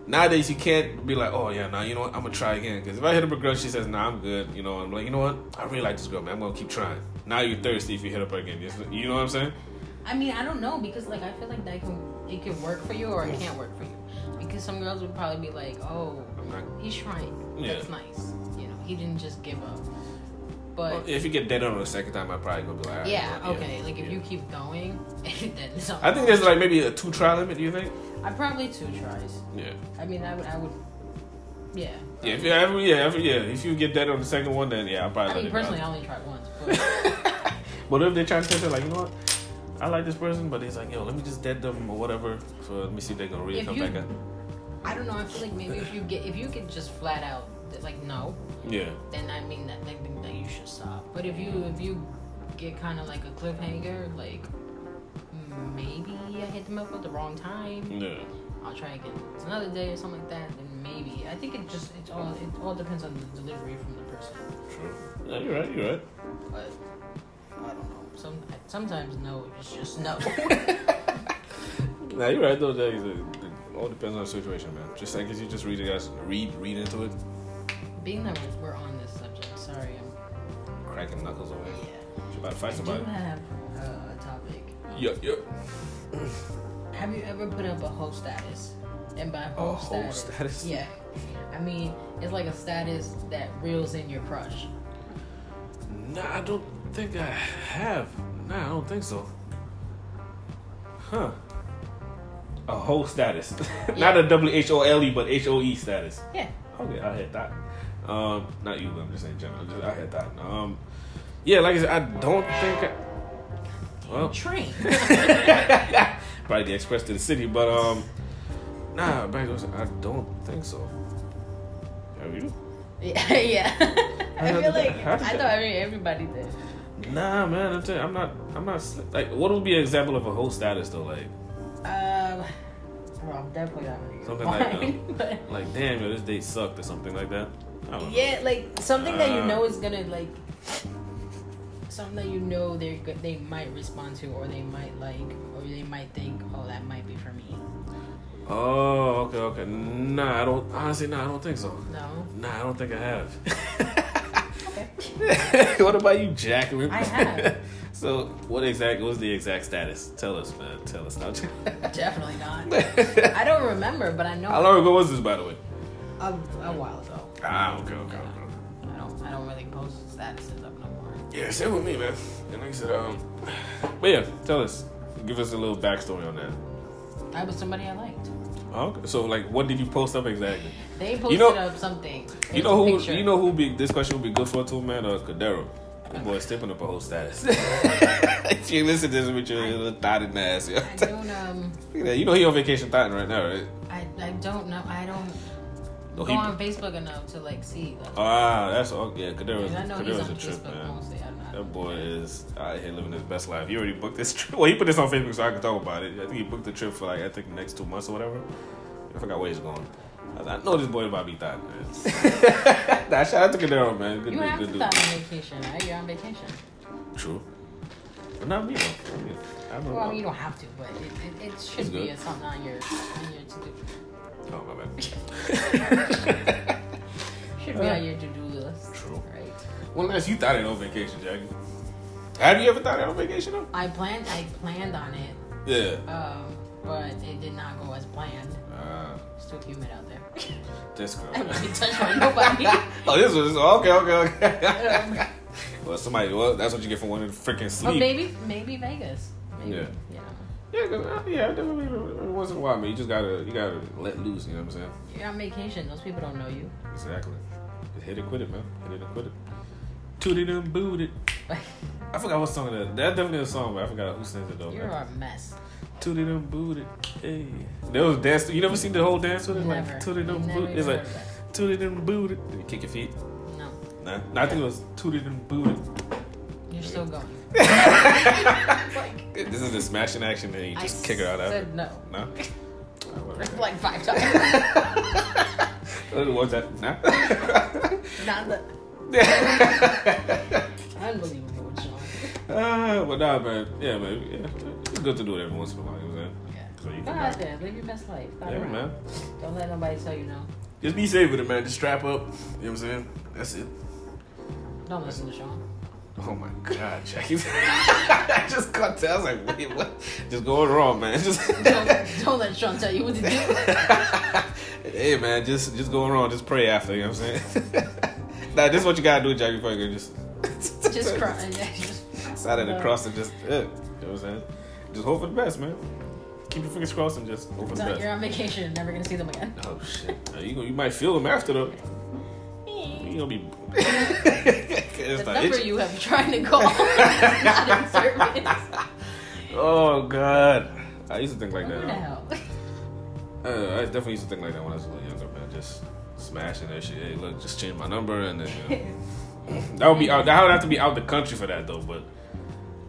Speaker 1: nowadays you can't be like, oh yeah, nah, you know what, I'm gonna try again. Because if I hit up a girl, she says, nah, I'm good. You know, I'm like, you know what, I really like this girl, man. I'm gonna keep trying. Now you're thirsty if you hit up her again. You know what I'm saying?
Speaker 2: I mean, I don't know because like I feel like that can it can work for you or it can't work for you because some girls would probably be like, oh,
Speaker 1: I'm not.
Speaker 2: he's trying. That's
Speaker 1: Yeah.
Speaker 2: nice. You know, he didn't just give up. But
Speaker 1: Well, if you get dead on the second time, I probably gonna be like, all right,
Speaker 2: yeah,
Speaker 1: you know,
Speaker 2: okay. Like if
Speaker 1: yeah.
Speaker 2: you keep going, then it's
Speaker 1: I think there's like maybe a two try limit. Do you think?
Speaker 2: I probably two tries.
Speaker 1: Yeah.
Speaker 2: I mean, I would, I would, yeah.
Speaker 1: Yeah. If you ever, yeah, ever, yeah. If you get dead on the second one, then yeah, I probably.
Speaker 2: I mean,
Speaker 1: let it go.
Speaker 2: personally, I only tried once. But
Speaker 1: But if they try to test it, like, you know what? I like this person, but he's like, yo, let me just dead them or whatever. So let me see if they're gonna really
Speaker 2: If
Speaker 1: come
Speaker 2: you-
Speaker 1: back at
Speaker 2: I don't know. I feel like maybe if you get, if you could just flat out like no,
Speaker 1: Yeah.
Speaker 2: then I mean that like that you should stop. But if you if you get kind of like a cliffhanger, like maybe I hit them up at the wrong time.
Speaker 1: Yeah.
Speaker 2: I'll try again it's another day or something like that. Then maybe I think it just it all it all depends on the delivery from the person.
Speaker 1: True. Yeah, you're right, you're right.
Speaker 2: But I don't know. Some sometimes no is just no.
Speaker 1: Nah, you're right though, Jack. It it all depends on the situation, man. Just like if you just read the guys read read into it,
Speaker 2: Being that we're- we're on this subject, sorry. I'm,
Speaker 1: cracking knuckles away.
Speaker 2: yeah.
Speaker 1: She about to
Speaker 2: I
Speaker 1: fight
Speaker 2: do
Speaker 1: somebody.
Speaker 2: have uh, a topic.
Speaker 1: Yeah, yeah.
Speaker 2: Have you ever put up a hoe status? And by
Speaker 1: A
Speaker 2: hoe
Speaker 1: hoe
Speaker 2: status,
Speaker 1: status?
Speaker 2: yeah. I mean, it's like a status that reels in your crush.
Speaker 1: Nah, I don't think I have. Nah, I don't think so. Huh. A whole status. Not a W H O L E but H O E status.
Speaker 2: Yeah.
Speaker 1: Okay, Oh, I had that. Um, not you, but I'm just saying general. Just, I had that. Um, yeah, like I said, I don't think. I, well,
Speaker 2: Train.
Speaker 1: probably the express to the city, but um, nah, back to what I said, I don't think so. Have you?
Speaker 2: yeah. yeah. I
Speaker 1: How
Speaker 2: feel
Speaker 1: did
Speaker 2: like
Speaker 1: that- how
Speaker 2: I
Speaker 1: did
Speaker 2: thought
Speaker 1: that-
Speaker 2: every- everybody did.
Speaker 1: Nah, man. I'm, telling you, I'm not. I'm not. sli- Like, what would be an example of a whole status though? Like,
Speaker 2: Um, bro, I'm definitely not gonna get
Speaker 1: Something like
Speaker 2: mine, but-
Speaker 1: like damn, yo, this date sucked Oh. or something like that. I don't know.
Speaker 2: Yeah, like something that you
Speaker 1: Uh,
Speaker 2: know is gonna like something that you know they're good, they might respond to, or they might like, or they might think, oh, that might be for me.
Speaker 1: Oh, okay, okay. Nah, I don't. Honestly, nah, I don't think so.
Speaker 2: No,
Speaker 1: Nah, I don't think I
Speaker 2: Okay.
Speaker 1: have. what about you, Jacqueline?
Speaker 2: I have.
Speaker 1: so, what exact? What's the exact status? Tell us, man. Tell us now.
Speaker 2: definitely not.
Speaker 1: How
Speaker 2: I don't remember, but I know a,
Speaker 1: long ago was this, by the way?
Speaker 2: a while ago.
Speaker 1: Ah, okay, okay, okay.
Speaker 2: I don't, I don't really post statuses up no more.
Speaker 1: Yeah, same with me, man. And like I said, um, but yeah, tell us. Give us a little backstory on that.
Speaker 2: I was somebody I liked.
Speaker 1: Oh, Okay. So, like, what did you post up exactly?
Speaker 2: They posted
Speaker 1: know-
Speaker 2: up something. It
Speaker 1: You
Speaker 2: was a
Speaker 1: know who?
Speaker 2: picture.
Speaker 1: You know who? Be this question would be good for too, man. Or Cadero. That boy, stepping up a whole status. you listen to this with your little thought in the ass. yo.
Speaker 2: I don't. Um.
Speaker 1: Look at that. You know he on vacation thought right now, right?
Speaker 2: I, I don't know. I don't
Speaker 1: No,
Speaker 2: go
Speaker 1: he.
Speaker 2: on Facebook enough to like see. Like,
Speaker 1: Ah, that's all. Yeah, Cadero's,
Speaker 2: And I know he's
Speaker 1: Cadero's
Speaker 2: on
Speaker 1: a trip,
Speaker 2: Facebook
Speaker 1: man.
Speaker 2: mostly. I'm not.
Speaker 1: That boy is out here living his best life. He already booked this trip. Well, he put this on Facebook so I can talk about it. I think he booked the trip for like I think the next two months or whatever. I forgot where he's going. I, was like, I know this boy about to be thought, man. nah, shout out to Cadero, man. Good
Speaker 2: You
Speaker 1: dude,
Speaker 2: have to
Speaker 1: good
Speaker 2: stop
Speaker 1: dude.
Speaker 2: on vacation, right? You're on vacation.
Speaker 1: True. But not me though. I mean, I don't
Speaker 2: Well,
Speaker 1: know.
Speaker 2: I mean, you don't have to, but it, it, it should be
Speaker 1: good.
Speaker 2: a, something on your on your to do.
Speaker 1: Oh my bad.
Speaker 2: Should be on your to do list.
Speaker 1: True.
Speaker 2: Right.
Speaker 1: well, unless you thought it on vacation, Jackie. Have you ever thought it on vacation though?
Speaker 2: I planned I planned on it,
Speaker 1: Yeah.
Speaker 2: um, but it did not go as planned.
Speaker 1: Uh,
Speaker 2: It's too humid out there.
Speaker 1: this girl.
Speaker 2: I won't be touched by nobody.
Speaker 1: oh, this was okay, okay, okay.
Speaker 2: Um,
Speaker 1: well, somebody. Well, that's what you get for wanting to freaking
Speaker 2: but
Speaker 1: sleep.
Speaker 2: maybe maybe Vegas. Maybe,
Speaker 1: Yeah.
Speaker 2: You know,
Speaker 1: Yeah, 'cause, uh, yeah, definitely. every Once in a while, man, you just gotta, you gotta let loose. You know what I'm saying?
Speaker 2: you're on vacation. Those people don't know you.
Speaker 1: Exactly. Just hit it, quit it, man. Hit it and quit it. Toot it and boot it. I forgot what song that. That definitely a song, but I forgot who sings it though.
Speaker 2: You're
Speaker 1: man.
Speaker 2: a mess.
Speaker 1: Tooted and booted. Hey. There was dance. You never seen the whole dance with it?
Speaker 2: Never.
Speaker 1: Like tooted and
Speaker 2: Never
Speaker 1: booted. It's
Speaker 2: even
Speaker 1: like
Speaker 2: heard of
Speaker 1: tooted and booted. Then you kick your feet.
Speaker 2: that. no,
Speaker 1: Nah. nah I think it was tooted and booted.
Speaker 2: you're still going. like,
Speaker 1: This is the smashing action and you just kick her out of it.
Speaker 2: Said no.
Speaker 1: No. Nah, whatever.
Speaker 2: like five times.
Speaker 1: What's that? Nah.
Speaker 2: Not the unbelievable John.
Speaker 1: uh, but nah, man. Yeah, man. Yeah. It's good to do it every once in a while. You know what I'm
Speaker 2: Yeah.
Speaker 1: saying? So you
Speaker 2: Go
Speaker 1: can.
Speaker 2: out there, live your best life. Go
Speaker 1: Yeah,
Speaker 2: around.
Speaker 1: man.
Speaker 2: Don't let nobody tell you no.
Speaker 1: Just be safe with it, man. Just strap up. You know what I'm saying? That's it.
Speaker 2: Don't listen to Sean.
Speaker 1: Oh my god, Jackie. I just got to, I was like, wait, what? Just going wrong, man. Just
Speaker 2: Don't, don't let Sean tell you what to do.
Speaker 1: Hey man, just just going wrong. Just pray after, you know what I'm saying? nah, this is what you gotta do, Jackie Fucker. Just
Speaker 2: Just cry. Just-
Speaker 1: Side of the cross and just uh, you know what I'm saying? Just hope for the best, man. Keep your fingers crossed and just hope for the
Speaker 2: Tell you're
Speaker 1: best.
Speaker 2: on vacation and never gonna see them again.
Speaker 1: Oh shit. Now, you gonna- you might feel them after though. You gonna be
Speaker 2: The
Speaker 1: it's not
Speaker 2: number
Speaker 1: itchy.
Speaker 2: you have tried to call is not in service.
Speaker 1: Oh god. I used to think like
Speaker 2: Who
Speaker 1: that.
Speaker 2: the
Speaker 1: though.
Speaker 2: hell?
Speaker 1: Uh, I definitely used to think like that when I was a little younger, man. Just smashing that shit. Hey, look, just change my number, and then you know. that would be out. That would have to be out the country for that though, but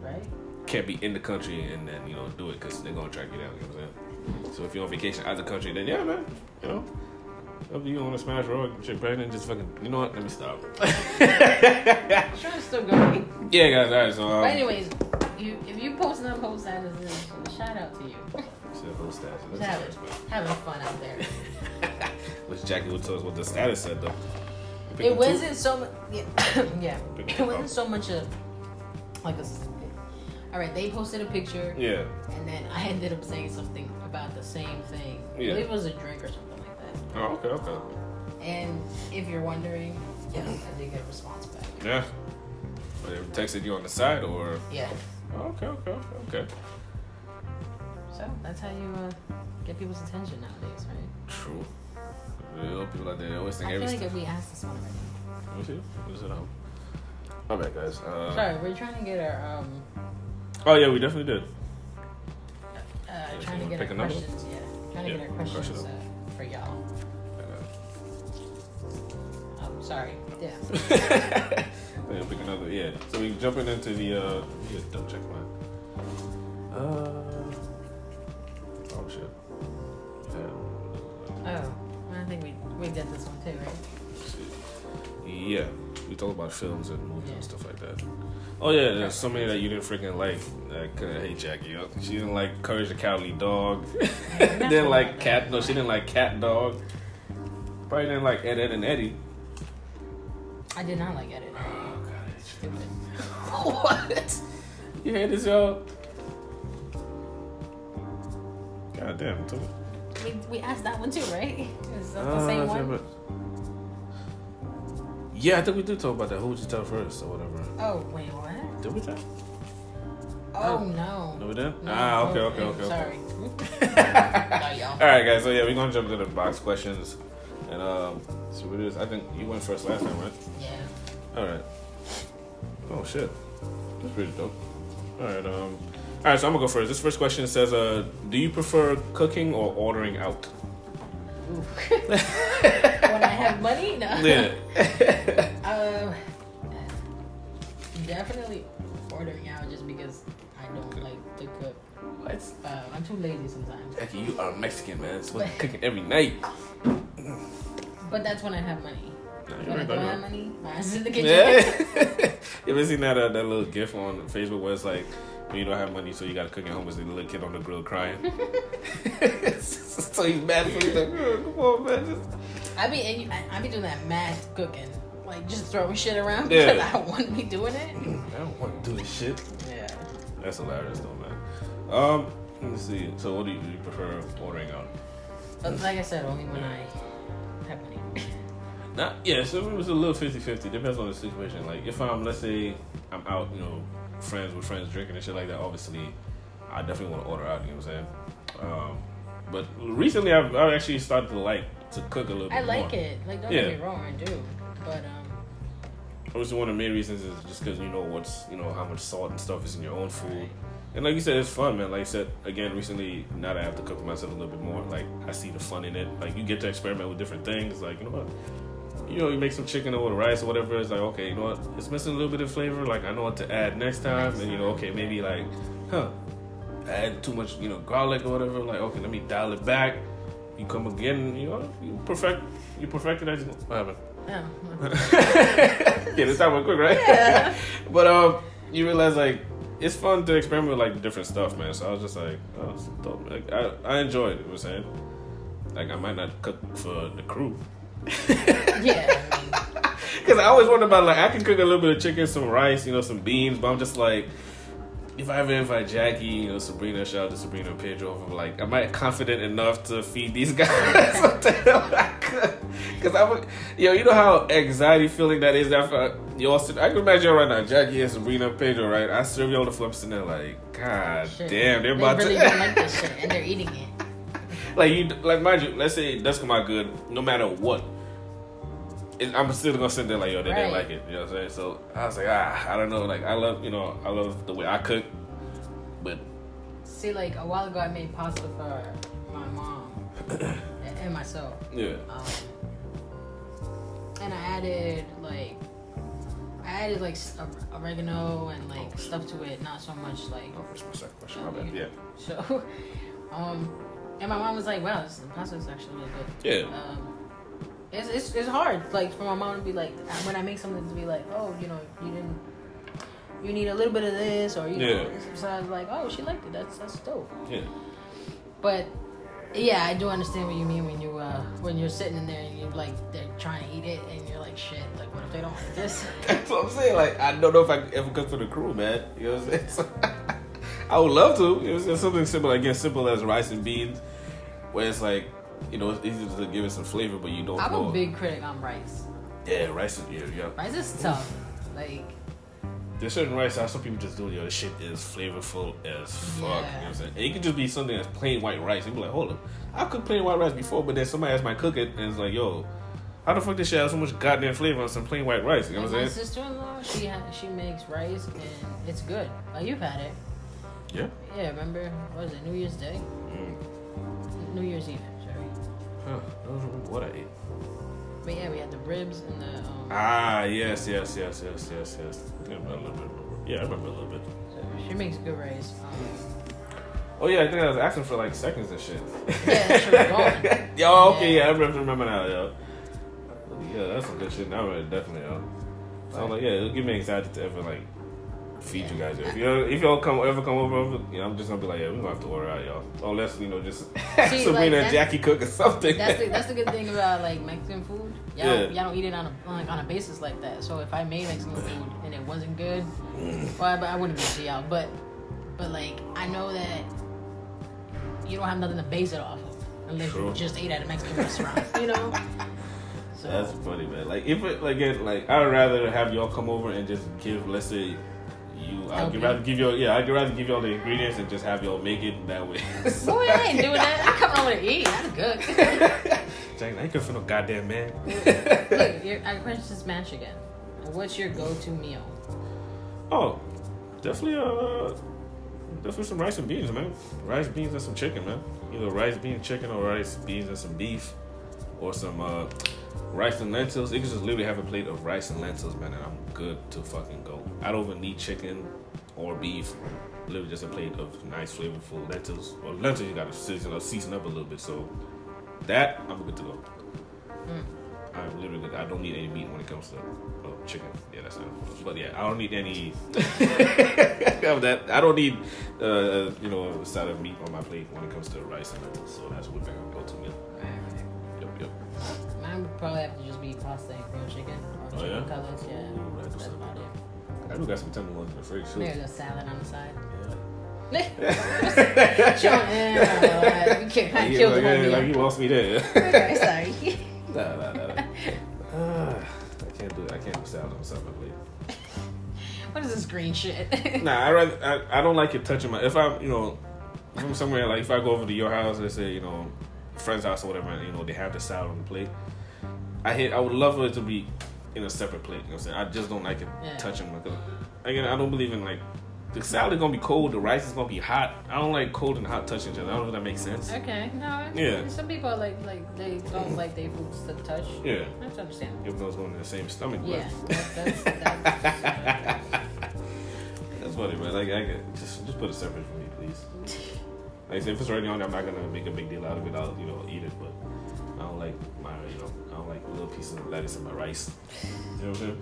Speaker 2: Right?
Speaker 1: can't be in the country and then you know do it because they're gonna track you down. You know what I'm saying? So if you're on vacation out of the country, then yeah, man, you know. If you on a smash road, get pregnant, just fucking. You know what? Let me stop. yeah,
Speaker 2: Sean's still going.
Speaker 1: Oh. guys. All right, so
Speaker 2: But
Speaker 1: um,
Speaker 2: anyways, you if you post and unpost that, shout out to you.
Speaker 1: shit, whole status. That's
Speaker 2: Have
Speaker 1: nice,
Speaker 2: it.
Speaker 1: man.
Speaker 2: Having fun out there.
Speaker 1: Which Jackie would tell us what the status said though.
Speaker 2: It wasn't so much. Yeah, yeah.
Speaker 1: Pick
Speaker 2: It wasn't so much a like a. s- All right, they posted a picture,
Speaker 1: Yeah.
Speaker 2: and then I ended up saying something about the same thing. I
Speaker 1: Yeah.
Speaker 2: believe it was a drink or something like that.
Speaker 1: Oh, okay, okay.
Speaker 2: And if you're wondering, yes, I did get a response back.
Speaker 1: Yeah. But they texted you on the side or Oh,
Speaker 2: Yeah.
Speaker 1: okay, okay, okay, okay.
Speaker 2: So that's how you uh, get people's attention nowadays, right?
Speaker 1: True. Real people out there they always think
Speaker 2: I feel
Speaker 1: everything.
Speaker 2: like if we asked this one already.
Speaker 1: Let me see. What is it on? My bad, guys. Uh,
Speaker 2: Sorry, we're trying to get our um,
Speaker 1: Oh yeah, we definitely did.
Speaker 2: uh,
Speaker 1: so
Speaker 2: trying
Speaker 1: you
Speaker 2: to
Speaker 1: wanna
Speaker 2: get our
Speaker 1: pick another?
Speaker 2: questions. Yeah, trying to
Speaker 1: Yeah,
Speaker 2: get our
Speaker 1: crush it
Speaker 2: questions
Speaker 1: up.
Speaker 2: uh, for y'all. I'm sorry. Yeah.
Speaker 1: We'll pick another. Yeah. So we jumping into the. Uh, yeah, double check mine. Uh. Oh shit. Yeah.
Speaker 2: Oh, I think we we did this one too, right?
Speaker 1: Yeah. We it's all about films and movies
Speaker 2: Yeah.
Speaker 1: and stuff like that. Oh yeah, there's so many that you didn't freaking like. I could hate Jackie up. She didn't like Courage the Cowardly Dog. didn't like Cat. No, she didn't like Cat Dog. Probably didn't like Ed, Ed and Eddie.
Speaker 2: I did not like edit.
Speaker 1: Oh god, I hate you.
Speaker 2: Stupid.
Speaker 1: what? You hear this, y'all? God damn, too.
Speaker 2: We, we asked that one too, right? Is that
Speaker 1: Uh,
Speaker 2: the same one?
Speaker 1: Ah, Yeah, I think we did talk about that. Who would you tell first or whatever?
Speaker 2: Oh wait, what?
Speaker 1: Did we tell?
Speaker 2: Oh
Speaker 1: Oh.
Speaker 2: no.
Speaker 1: No, we didn't.
Speaker 2: No,
Speaker 1: ah, okay,
Speaker 2: no,
Speaker 1: okay, okay. okay.
Speaker 2: Sorry. no, y'all.
Speaker 1: All right, guys. So yeah, we're gonna jump into the box questions, and um, so we do this. I think you went first last time, right?
Speaker 2: Yeah.
Speaker 1: All right. Oh shit, that's pretty dope. All right. Um. All right. So I'm gonna go first. This first question says, uh, "Do you prefer cooking or ordering out?"
Speaker 2: Ooh. when I have money, no.
Speaker 1: Yeah.
Speaker 2: Um, definitely ordering out just because I don't like to cook.
Speaker 1: what?
Speaker 2: Uh, I'm too lazy sometimes.
Speaker 1: Jackie, you are Mexican, man. So we're cooking every night.
Speaker 2: But that's when I have money.
Speaker 1: Nah, you
Speaker 2: When I
Speaker 1: ain't
Speaker 2: don't
Speaker 1: gonna-
Speaker 2: have money, my ass is in the kitchen.
Speaker 1: Yeah. you ever seen that uh, that little gif on Facebook where it's like when you don't have money, so you gotta cook at home. It's the little kid on the grill crying. so he's mad. So he's like, "Ugh, come on, man. Just...
Speaker 2: I be and you, I, I be doing that mad cooking, like just throwing shit around
Speaker 1: Yeah.
Speaker 2: because I want to be doing it.
Speaker 1: I don't want to do this shit.
Speaker 2: Yeah.
Speaker 1: That's hilarious, though, man. Um, let me see. So, what do you, do you prefer ordering out?
Speaker 2: But like I said, only when I have money.
Speaker 1: Not, yeah, so it was a little 50 50. Depends on the situation. Like, if I'm, let's say, I'm out, you know, friends with friends drinking and shit like that, obviously, I definitely want to order out, you know what I'm saying? Um, but recently, I've, I've actually started to like to cook a little bit
Speaker 2: I like
Speaker 1: more.
Speaker 2: it. Like don't
Speaker 1: Yeah.
Speaker 2: get me wrong, I do. But um,
Speaker 1: Obviously, one of the main reasons is just because you know what's, you know, how much salt and stuff is in your own food. And like you said, it's fun, man. Like I said, again, recently, now that I have to cook for myself a little bit more, like, I see the fun in it. Like, you get to experiment with different things. Like, you know what? You know, you make some chicken or with rice or whatever. It's like, okay, you know what? It's missing a little bit of flavor. Like, I know what to add next time. And, you know, okay, maybe, like, huh, I add too much, you know, garlic or whatever. Like, okay, let me dial it back. You come again, you know, you perfect, you perfect it as you go. What happened?
Speaker 2: no.
Speaker 1: yeah, this time went quick, right?
Speaker 2: Yeah.
Speaker 1: but um, you realize like it's fun to experiment with like different stuff, man. So I was just like, oh, it's dope. Like I, I enjoyed it. You know what I'm saying, like I might not cook for the crew
Speaker 2: yeah. I mean,
Speaker 1: because I always wonder about like I can cook a little bit of chicken, some rice, you know, some beans, but I'm just like. If I ever invite Jackie, you know, Sabrina, shout out to Sabrina and Pedro, over like, am I confident enough to feed these guys what the hell I cook? Because I would, yo, you know how anxiety feeling that is after y'all sit, I can imagine y'all right now, Jackie and Sabrina and Pedro, right? I serve y'all the flips and they're like, God
Speaker 2: shit.
Speaker 1: damn, they're
Speaker 2: they
Speaker 1: about
Speaker 2: really
Speaker 1: to.
Speaker 2: don't like this shit, and they're eating it.
Speaker 1: Like you, like mind you, let's say it does come out good, no matter what. It, I'm still gonna sit there like yo, they didn't
Speaker 2: Right.
Speaker 1: like it. You know what I'm saying? So I was like, ah, I don't know. Like I love, you know, I love the way I cook, but
Speaker 2: See, like a while ago, I made pasta for my mom and and myself.
Speaker 1: yeah,
Speaker 2: Um, and I added like I added like s- o- oregano and like stuff to it, not so much like
Speaker 1: oh, that's my second question. My bad. Yeah,
Speaker 2: so. Um, and my mom was like, "Wow, this pasta is actually really good."
Speaker 1: yeah,
Speaker 2: Um, it's, it's it's hard like for my mom to be like uh, when I make something to be like, "Oh, you know, you didn't." You need a little bit of this, or you
Speaker 1: Yeah.
Speaker 2: know. So I was like, "Oh, she liked it. That's that's dope."
Speaker 1: yeah.
Speaker 2: But yeah, I do understand what you mean when you uh, when you're sitting in there and you like they're trying to eat it and you're like shit, like what if they don't like this?
Speaker 1: That's what I'm saying. Like I don't know if I could ever cook for the crew, man. You know what I'm saying? So, I would love to. It was just something simple, again, simple as rice and beans, where it's like, you know, it's easy to give it some flavor, but you don't.
Speaker 2: I'm
Speaker 1: know.
Speaker 2: a big critic on rice.
Speaker 1: yeah, rice and yeah, yeah.
Speaker 2: Rice is tough. Like
Speaker 1: There's certain rice that some people just do, yo, this shit is flavorful as fuck. You know what I'm saying? And it could just be something that's plain white rice. You'd be like, hold up. I cooked plain white rice before, but then somebody asked my cook it and it's like, yo, how the fuck this shit have so much goddamn flavor on some plain white rice? You know what
Speaker 2: my
Speaker 1: I'm saying?
Speaker 2: sister-in-law, she ha- she makes rice and it's good. Like you've had it.
Speaker 1: Yeah.
Speaker 2: Yeah, remember what was it New Year's Day?
Speaker 1: Mm.
Speaker 2: New Year's Eve, sorry.
Speaker 1: Huh. I don't remember what I ate.
Speaker 2: But yeah, we had the ribs and the um,
Speaker 1: Ah, yes, yes, yes, yes, yes, yes. I remember a little bit. remember. Yeah, I remember a little bit.
Speaker 2: so she makes good rice. Um,
Speaker 1: Oh, yeah, I think I was asking for like seconds and shit.
Speaker 2: yeah, that shit was gone.
Speaker 1: Yo, okay, yeah, I remember, remember now, yo. Yeah, that's some good shit. Now, definitely, yo. So I'm like, yeah, it'll give me anxiety to ever like feed you guys. If you if y'all come ever come over, over, you know, I'm just gonna be like, yeah, we're gonna have to order out y'all, unless you know just
Speaker 2: See,
Speaker 1: Sabrina
Speaker 2: like,
Speaker 1: and
Speaker 2: that's-
Speaker 1: Jackie cook or something.
Speaker 2: That's the, that's the good thing about like Mexican food. Y'all,
Speaker 1: Yeah.
Speaker 2: y'all don't eat it on a like, on a basis like that. So if I made Mexican food and it wasn't good,
Speaker 1: Mm.
Speaker 2: well, I, I wouldn't bitch to y'all. But but like I know that you don't have nothing to base it off of unless
Speaker 1: True.
Speaker 2: you just ate at a Mexican restaurant, you know. So
Speaker 1: That's funny, man. Like if it like it, like I'd rather have y'all come over and just give let's say you I'd
Speaker 2: Help you.
Speaker 1: rather give y'all yeah I'd rather give y'all the ingredients and just have y'all make it that way.
Speaker 2: boy, I ain't doing that. I come over to eat. I'm good.
Speaker 1: Jack, I ain't good for no goddamn man.
Speaker 2: Look, your, our question's match again. What's your go-to meal?
Speaker 1: Oh, definitely uh definitely some rice and beans, man. Rice beans and some chicken, man. Either rice beans chicken or rice beans and some beef or some uh rice and lentils. You can just literally have a plate of rice and lentils, man, and I'm good to fucking go. I don't even need chicken or beef. Literally just a plate of nice flavorful lentils. Well lentils you gotta season up season up a little bit, so that I'm good to go. I'm literally good. I don't need any meat when it comes to oh, chicken. Yeah, that's not. But yeah, I don't need any of that. I don't need uh, you know a side of meat on my plate when it comes to rice and lentils. So that's what I'm go to meal. Yep, yep.
Speaker 2: Mine would probably have to just be pasta and grilled chicken or
Speaker 1: Oh,
Speaker 2: chicken
Speaker 1: yeah?
Speaker 2: cutlets. Yeah,
Speaker 1: Ooh, that's
Speaker 2: that's
Speaker 1: what's up.
Speaker 2: about it.
Speaker 1: I do got some tenderloins in the fridge too.
Speaker 2: Maybe a little salad on the side.
Speaker 1: Yeah.
Speaker 2: Sean, eh, we can't I
Speaker 1: Yeah,
Speaker 2: killed
Speaker 1: like,
Speaker 2: the whole
Speaker 1: yeah,
Speaker 2: meal.
Speaker 1: like you lost me there.
Speaker 2: Okay, sorry.
Speaker 1: nah, nah, nah. nah. Ah, I can't do it. I can't do salad on something my plate.
Speaker 2: What is this green shit?
Speaker 1: Nah, I rather I, I don't like it touching my. If I'm you know, if I'm somewhere like if I go over to your house, let's say you know, friend's house or whatever, and, you know they have the salad on the plate. I hate. I would love for it to be in a separate plate. You know what I'm saying? I just don't like it
Speaker 2: Yeah.
Speaker 1: touching my. Again, I don't believe in like the salad is gonna be cold. The rice is gonna be hot. I don't like cold and hot touching each other. I don't know if that makes sense.
Speaker 2: okay, no. I-
Speaker 1: Yeah.
Speaker 2: Some people are like like they don't like their foods to touch.
Speaker 1: Yeah,
Speaker 2: That's understandable.
Speaker 1: even though it's going in the same stomach.
Speaker 2: Yeah,
Speaker 1: But
Speaker 2: that, that's that's.
Speaker 1: That's funny, man. Like, I could just just put it separate for me, please. Like, I said, if it's already on, there, I'm not gonna make a big deal out of it. I'll you know eat it, but I don't like my you know I don't like little pieces of lettuce in my rice. You know what I'm
Speaker 2: Um,
Speaker 1: saying?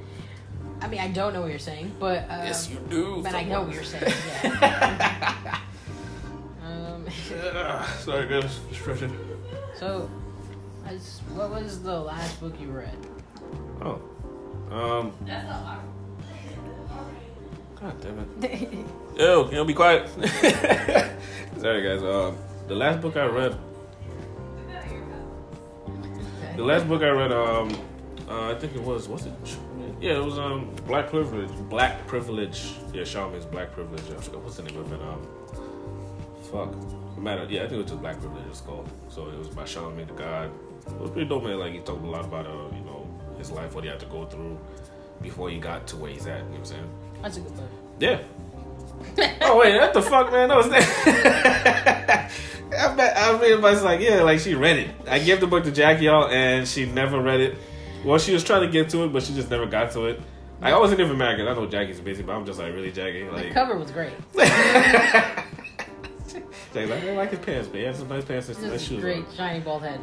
Speaker 2: I mean, I don't know what you're saying, but um,
Speaker 1: you do.
Speaker 2: but I know what you're saying. Yeah. um,
Speaker 1: Ugh, Ah, sorry, guys. Stretching.
Speaker 2: so, I s what was the last book you read?
Speaker 1: Oh. Um. God damn it. Yo, you know, be quiet. Sorry, guys. Um, the last book I read. The last book I read, um, uh, I think it was, was it? Yeah, it was um, Black Privilege. Black Privilege. Yeah, Shaman's Black Privilege. I forgot what's the name of it. Um, fuck. No matter. Yeah, I think it was just Black Privilege. It's called. So it was by Shaman the God. It was pretty dope, man. Like he talked a lot about, uh, you know, his life, what he had to go through before he got to where he's at. You know what I'm saying?
Speaker 2: That's a good book.
Speaker 1: Yeah. oh wait, what the fuck, man? That was I bet I made everybody's like, yeah, like she read it. I gave the book to Jackie y'all, and she never read it. Well, she was trying to get to it, but she just never got to it. Like, I wasn't even mad 'cause I know Jackie's busy, but I'm just like, really, Jackie?
Speaker 2: The
Speaker 1: Like,
Speaker 2: cover was great.
Speaker 1: Jackie's like, I like his pants, man. He had some nice pants and some nice
Speaker 2: This is
Speaker 1: shoes.
Speaker 2: great,
Speaker 1: on.
Speaker 2: shiny bald head.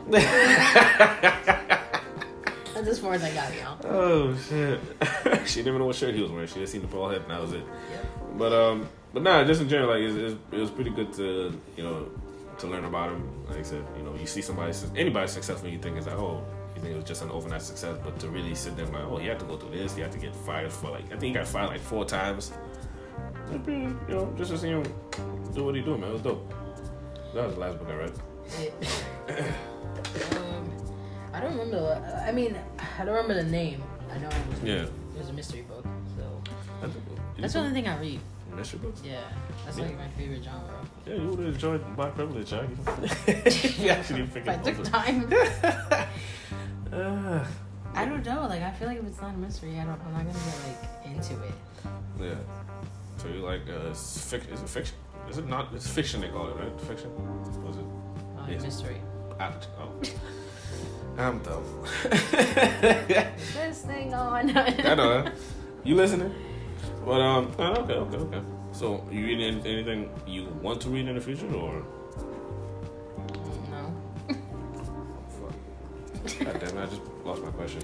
Speaker 2: That's as far as I got, y'all.
Speaker 1: Oh shit! she didn't even know what shirt he was wearing. She just seen the bald head, and that was it. But um, but nah, just in general, like it's, it's, it was pretty good to you know to learn about him. Like I said, you know, you see somebody su- anybody successful, you think is like, oh, you think it was just an overnight success, but to really sit there and like, oh, he had to go through this, he had to get fired for like I think he got fired like four times. It's pretty- You know, just to see him do what he do, man, it was dope. That was the last book I read.
Speaker 2: um, I don't remember. The, I mean, I don't remember the name. I know it was,
Speaker 1: Yeah,
Speaker 2: it was a mystery book. So
Speaker 1: I think-
Speaker 2: that's the only thing I read.
Speaker 1: mystery books.
Speaker 2: Yeah, that's like my favorite genre.
Speaker 1: Yeah, you would have enjoyed Black Privilege, Jack. if you actually
Speaker 2: If I
Speaker 1: figured
Speaker 2: took
Speaker 1: it
Speaker 2: time,
Speaker 1: out. Ah,
Speaker 2: I don't know. Like I feel like if it's not a mystery, I don't. I'm not gonna get like into it.
Speaker 1: Yeah. So you like uh, it's fic- is it fiction? Is it not? It's fiction they call it, right? Fiction. Was it?
Speaker 2: Oh,
Speaker 1: Yes.
Speaker 2: mystery.
Speaker 1: Act- oh. I'm dumb.
Speaker 2: This thing on.
Speaker 1: I know. huh? You listening? But um, oh, okay, okay, okay. So you reading any- anything you want to read in the future, or?
Speaker 2: No.
Speaker 1: God damn it! I just lost my question.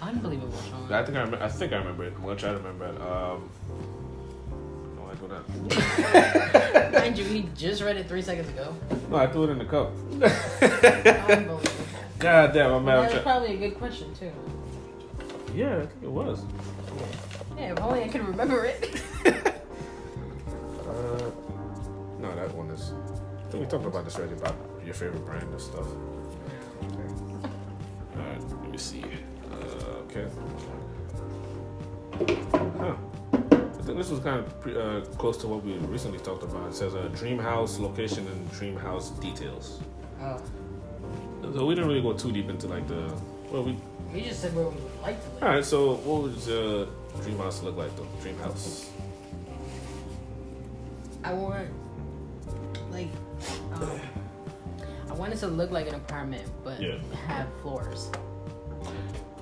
Speaker 2: Unbelievable, Sean.
Speaker 1: I think I, remember, I think I remember it. Much I remember it. Um, oh, I go down.
Speaker 2: Mind you, he just read it three seconds ago.
Speaker 1: No, I threw it in the cup.
Speaker 2: Unbelievable.
Speaker 1: God damn, I'm
Speaker 2: That
Speaker 1: mad.
Speaker 2: was
Speaker 1: I'm try-
Speaker 2: probably a good question too.
Speaker 1: yeah, I think it was.
Speaker 2: Yeah, if only I could remember it.
Speaker 1: Uh, no, that one is. I think we talked about this already about your favorite brand and stuff. Okay. All right, let me see. Uh, okay. Huh. I think this was kind of pre- uh, close to what we recently talked about. It says uh, dream house location and dream house details.
Speaker 2: Oh,
Speaker 1: So we didn't really go too deep into like the. Well, we.
Speaker 2: we just said where we would like to live.
Speaker 1: All right. So what would uh, dream house look like though? Dream house.
Speaker 2: I want, like, um, I want it to look like an apartment, but
Speaker 1: Yeah.
Speaker 2: have floors.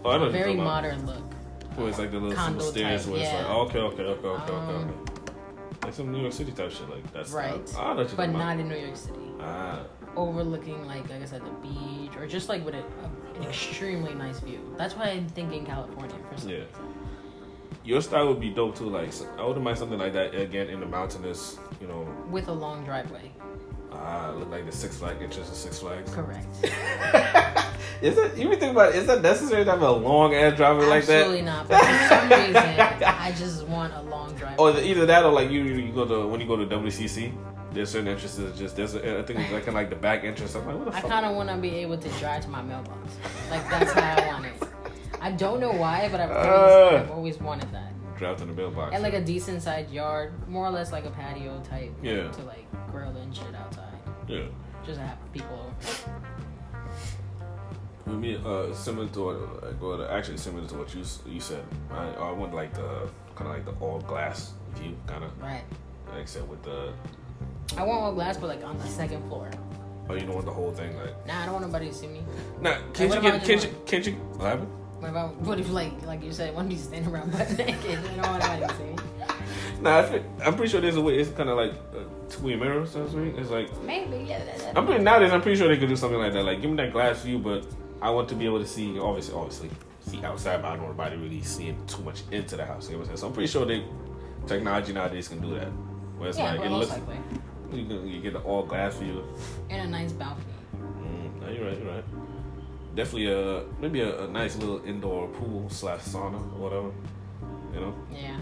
Speaker 1: Oh, I know what you're
Speaker 2: Very
Speaker 1: talking about.
Speaker 2: modern look.
Speaker 1: Where it's like the little
Speaker 2: Condo
Speaker 1: simple stairs
Speaker 2: type,
Speaker 1: where it's
Speaker 2: yeah.
Speaker 1: like, okay, okay, okay, okay, okay,
Speaker 2: Um,
Speaker 1: okay. Like some New York City type shit like that's I,
Speaker 2: Right.
Speaker 1: I know what you're
Speaker 2: But
Speaker 1: talking about.
Speaker 2: not in New York City.
Speaker 1: Ah,
Speaker 2: Overlooking, like, like I said, the beach, or just like with a, a- an extremely nice view. That's why I'm thinking California for some
Speaker 1: Yeah.
Speaker 2: reason.
Speaker 1: your style would be dope too. Like so- I wouldn't mind something like that again in the mountainous. You know,
Speaker 2: With a long driveway.
Speaker 1: ah, look like the Six Flags entrance of Six Flags.
Speaker 2: Correct.
Speaker 1: Is that you even think about? It, is that necessary to have a long ass driver like
Speaker 2: Absolutely
Speaker 1: that?
Speaker 2: not. But for some reason, I just want a long driveway.
Speaker 1: Or either that or like you, you go to when you go to WCC. There's certain entrances just there's a, I think it's like in like the back entrance. I'm like, what the
Speaker 2: I
Speaker 1: fuck?
Speaker 2: kind of want to be able to drive to my mailbox. Like that's how I want it. I don't know why, but I've always,
Speaker 1: Uh.
Speaker 2: I've always wanted that.
Speaker 1: Drive to the mailbox.
Speaker 2: And like a decent sized yard, more or less like a patio type.
Speaker 1: Yeah.
Speaker 2: To like grill and shit outside,
Speaker 1: yeah.
Speaker 2: just to have people over.
Speaker 1: For me, uh, similar to what, like, well, actually similar to what you s- you said. I, I want like the kind of like the all glass view, kind of
Speaker 2: Right.
Speaker 1: except with the
Speaker 2: I want all glass, but like on the second floor.
Speaker 1: oh you don't want the whole thing like.
Speaker 2: Nah, I don't want nobody to see me.
Speaker 1: Nah, can't
Speaker 2: what
Speaker 1: you
Speaker 2: if I
Speaker 1: get
Speaker 2: just
Speaker 1: can't you can't you what happened?
Speaker 2: What about what if like like you said, one of you standing around butt naked? I don't want nobody to see me.
Speaker 1: Nah, I feel, I'm pretty sure there's a way. It's kind of like a two-way mirror, so to speak. It's like
Speaker 2: Maybe yeah. That, that-
Speaker 1: I'm pretty nowadays. I'm pretty sure they could do something like that. Like give me that glass view, but I want to be able to see obviously obviously see outside, but I don't want anybody really seeing too much into the house. You know what I'm saying? So I'm pretty sure they technology nowadays can do that. Where it's
Speaker 2: yeah,
Speaker 1: like
Speaker 2: but
Speaker 1: it
Speaker 2: most
Speaker 1: looks.
Speaker 2: likely
Speaker 1: You, can, you get the all glass view.
Speaker 2: in a nice balcony.
Speaker 1: Mm, no, you're right. You're right. Definitely a maybe a, a nice little indoor pool slash sauna or whatever. You know,
Speaker 2: Yeah.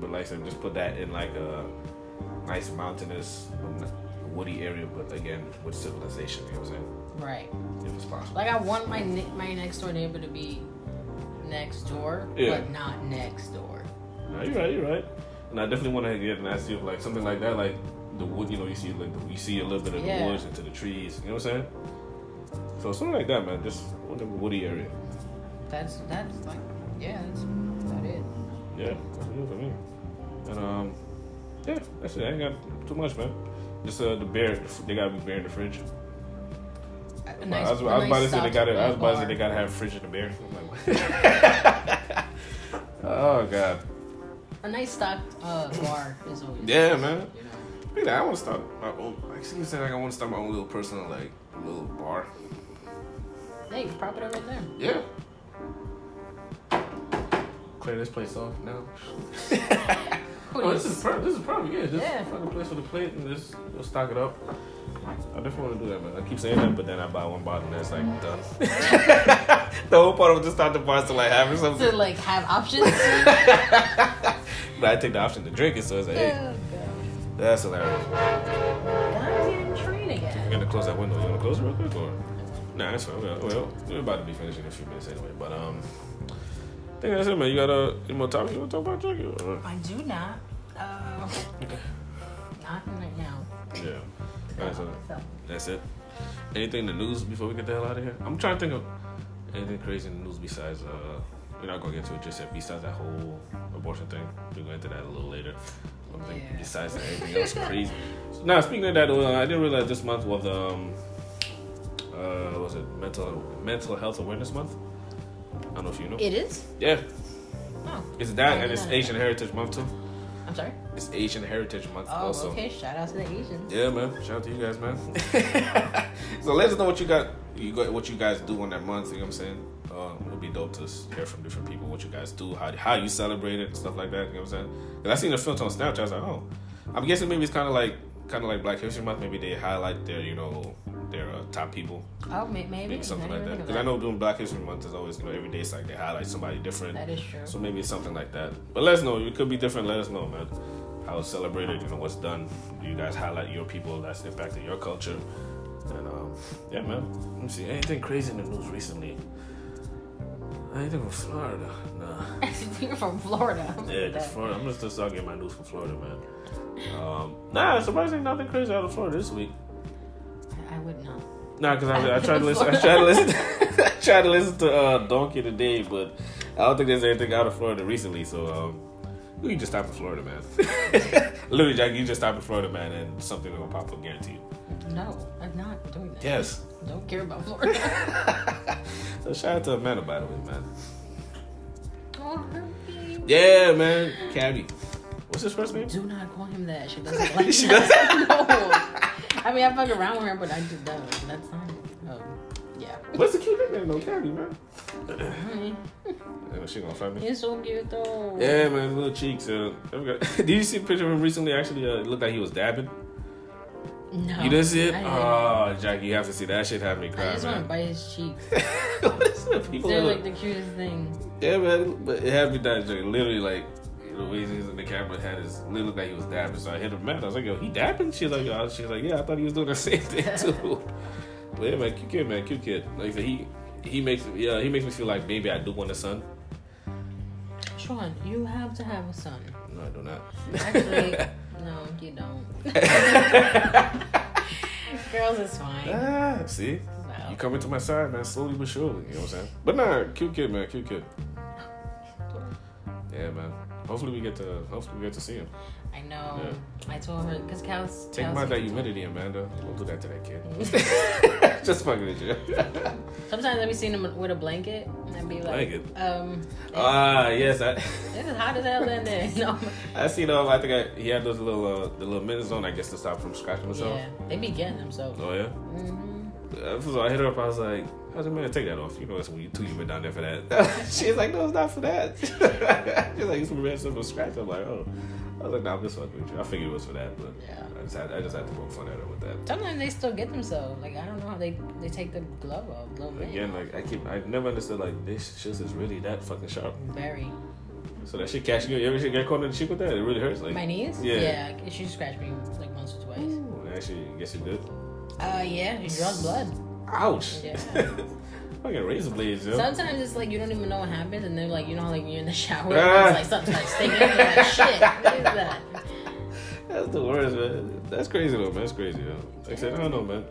Speaker 1: but like I said, just put that in like a nice mountainous, um, woody area, but again with civilization. You know what I'm
Speaker 2: Right.
Speaker 1: saying? If it's possible.
Speaker 2: Like I want my ne- my next door neighbor to be next door,
Speaker 1: Yeah.
Speaker 2: but not next door.
Speaker 1: No, you're right. You're right. And I definitely want to get an idea of like something like that, like the wood. You know, you see like the, you see a little bit of
Speaker 2: Yeah.
Speaker 1: the woods into the trees. You know what I'm saying? So something like that, man. Just a woody area.
Speaker 2: That's that's like yeah, that's about it.
Speaker 1: Yeah, that's good for me. And um, yeah, that's it. I ain't got too much, man. Just uh, the beer. They gotta be beer in the fridge.
Speaker 2: A
Speaker 1: I was, I was
Speaker 2: a
Speaker 1: about to say they
Speaker 2: soft
Speaker 1: gotta. I was about to say
Speaker 2: bar.
Speaker 1: they gotta have fridge in the beer. I'm like, oh god.
Speaker 2: a nice stocked uh, bar is always
Speaker 1: Yeah,
Speaker 2: nice,
Speaker 1: man.
Speaker 2: You know?
Speaker 1: Look at that, I want to start my own. I Actually, said like I want to start my own little personal like little bar.
Speaker 2: Hey, prop it up right there.
Speaker 1: Yeah. Clear this place off now.
Speaker 2: Who
Speaker 1: Oh,
Speaker 2: needs-
Speaker 1: this is perfect. This is perfect. Yeah, just
Speaker 2: Yeah.
Speaker 1: find a place for the plate and just we'll stock it up. I definitely want to do that, man. I keep saying that, but then I buy one bottle and it's like done. the whole part of just start the bars to like having something,
Speaker 2: to like have options.
Speaker 1: but I take the option to drink it, so it's like, hey,
Speaker 2: Yeah,
Speaker 1: that's hilarious.
Speaker 2: God. Guys, you're in train
Speaker 1: I'm
Speaker 2: again.
Speaker 1: gonna close that window. You wanna close it real quick or? Nah, that's fine. Well, well, we're about to be finishing in a few minutes anyway, but um, I think that's it, man. You got a any more topic you wanna talk about, Jackie? Or-
Speaker 2: I do not. Uh, not right now.
Speaker 1: Yeah. All right, so
Speaker 2: So,
Speaker 1: That's it. Anything in the news before we get the hell out of here? I'm trying to think of anything crazy in the news besides uh we're not gonna get to it just yet. Besides that whole abortion thing, we're going into that a little later. I don't think
Speaker 2: Yeah.
Speaker 1: besides that, anything else crazy. now speaking of that, uh, I didn't realize this month was um uh what was it mental mental health awareness month. I don't know if you know.
Speaker 2: it is.
Speaker 1: yeah,
Speaker 2: Oh,
Speaker 1: it's that and it's Asian Heritage Month too.
Speaker 2: I'm sorry.
Speaker 1: It's Asian Heritage Month
Speaker 2: Oh,
Speaker 1: also.
Speaker 2: okay. Shout out to the Asians.
Speaker 1: Yeah, man. Shout out to you guys, man. so let us know what you got. You got what you guys do on that month. You know what I'm saying? Um, it'll be dope to s- hear from different people what you guys do, how how you celebrate it, and stuff like that. You know what I'm saying? 'Cause I seen the filter on Snapchat. I was like, oh, I'm guessing maybe it's kind of like kind of like Black History Month. Maybe they highlight their you know their uh, top people,
Speaker 2: Oh, may- maybe.
Speaker 1: maybe something
Speaker 2: I
Speaker 1: like that.
Speaker 2: didn't think of
Speaker 1: Because I know during Black History Month is always you know every day it's like they highlight somebody different.
Speaker 2: that is true.
Speaker 1: So maybe it's something like that. But let us know. It could be different. Let us know, man. How it's celebrated, you know, what's done. You guys highlight your people that's impacted your culture. And um, yeah, man. Let me see. Anything crazy in the news recently? Anything from Florida? Nah.
Speaker 2: You're from Florida.
Speaker 1: Yeah, just Florida. I'm just gonna start getting my news from Florida, man. Um, nah, surprisingly nothing crazy out of Florida this week.
Speaker 2: I would not.
Speaker 1: Nah, cause I, I tried to listen. I tried to listen. I tried to listen to uh, Donkey today, but I don't think there's anything out of Florida recently. So um, you can just stop in Florida, man. Literally, Jack, you just stop in Florida, man, and something will pop up, guaranteed.
Speaker 2: No, I'm not doing that.
Speaker 1: Yes.
Speaker 2: Don't care about Florida.
Speaker 1: So shout out to Amanda, by the way, man.
Speaker 2: Don't hurt me.
Speaker 1: Yeah, man. Cabby. What's his first name?
Speaker 2: Do not call him that. She doesn't like
Speaker 1: She
Speaker 2: that. no. I mean, I fuck around with her, but I just don't. That's not. Um, yeah.
Speaker 1: What's the cute nickname though, Cabby, man?
Speaker 2: Mm,
Speaker 1: Yeah, she gonna find me.
Speaker 2: He's so cute though.
Speaker 1: Yeah, man, his little cheeks. Uh, I've got- did you see a picture of him recently? Actually, uh, it looked like he was dabbing.
Speaker 2: No.
Speaker 1: You didn't see it?
Speaker 2: I,
Speaker 1: Oh, Jack, you have to see that. That shit had me
Speaker 2: I
Speaker 1: cry,
Speaker 2: just want to
Speaker 1: man.
Speaker 2: bite his cheeks.
Speaker 1: What is it? People
Speaker 2: They're
Speaker 1: are
Speaker 2: like
Speaker 1: like-
Speaker 2: the cutest thing.
Speaker 1: yeah, man, but it had me dying. Jack. Literally, like, the way he was in the camera had his literally looked like he was dabbing. So I hit her mad. I was like, yo, he dabbing? She's like, yo, she's like, yeah, I thought he was doing the same thing too. but yeah, man, cute kid, man, cute kid. Like I said, he he makes yeah, he makes me feel like maybe I do want a son.
Speaker 2: Sean, you have to have a son.
Speaker 1: No, I do not.
Speaker 2: Actually, no, you don't. Girls is fine.
Speaker 1: Ah, see. You
Speaker 2: No.
Speaker 1: coming to my side, man, slowly but surely. You know what I'm saying? But nah, cute kid, man, cute kid. Yeah, man. Hopefully we get to hopefully we get to see him.
Speaker 2: I know. I told her because cows.
Speaker 1: Take
Speaker 2: cows
Speaker 1: my that
Speaker 2: eat-
Speaker 1: humidity, Amanda. Don't do that to that kid. Just fucking with you.
Speaker 2: Sometimes I be seeing them with a blanket and I'd be like,
Speaker 1: Blanket?
Speaker 2: um,
Speaker 1: Ah, yes, I
Speaker 2: this is hot as hell in there. No,
Speaker 1: I seen um I think I, he had those little uh, the little minutes on I guess to stop from scratching himself.
Speaker 2: yeah, they be getting themselves.
Speaker 1: Oh yeah.
Speaker 2: hmm
Speaker 1: Uh, So I hit her up. I was like, "How's your man take that off? You know, it's when you too humid down there for that." She's like, "No, it's not for that." She's like, "It's for red stuff from scratch." I'm like, "Oh." I was like, "Nah, I'm just fucking with you." I figured it was for that, but
Speaker 2: Yeah.
Speaker 1: I just had I just had to poke fun at her with that.
Speaker 2: Sometimes they still get themselves. Like I don't know how they they take the glove off. Glove in.
Speaker 1: Again, like I keep I never understood like this shit is really that fucking sharp.
Speaker 2: Very.
Speaker 1: So that shit catching you, every shit get caught in the cheek with that, it really hurts. Like,
Speaker 2: My knees.
Speaker 1: Yeah.
Speaker 2: yeah she scratched me like once or twice.
Speaker 1: Ooh, Oh, actually, I guess you did.
Speaker 2: Uh, yeah, you draws blood.
Speaker 1: Ouch!
Speaker 2: Yeah.
Speaker 1: fucking razor blades, yo.
Speaker 2: Sometimes it's like you don't even know what happened, and they're like, you know, how, like when you're in the shower,
Speaker 1: Ah.
Speaker 2: it's like sometimes sticking. You're like, shit, what is that?
Speaker 1: That's the worst, man. That's crazy though, man. That's crazy though. Like I said, I don't know, man.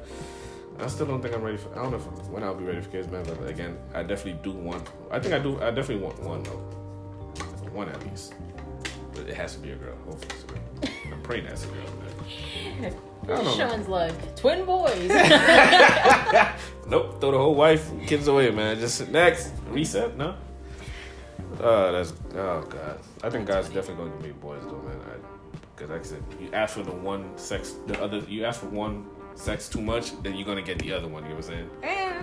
Speaker 1: I still don't think I'm ready for. I don't know if, when I'll be ready for kids, man. But again, I definitely do want. I think I do. I definitely want one though. One at least. But it has to be a girl. Hopefully, it's a girl. I'm praying that's a girl, man. I don't know. man.
Speaker 2: Sean's like twin boys.
Speaker 1: Nope. Throw the whole wife, kids away, man. Just next reset. No. Uh, that's oh god. I think God's definitely gonna give me boys though, man. I, Cause like I said, you ask for the one sex, the other. You ask for one sex too much, then you're gonna get the other one. You know what I'm saying?
Speaker 2: Eh.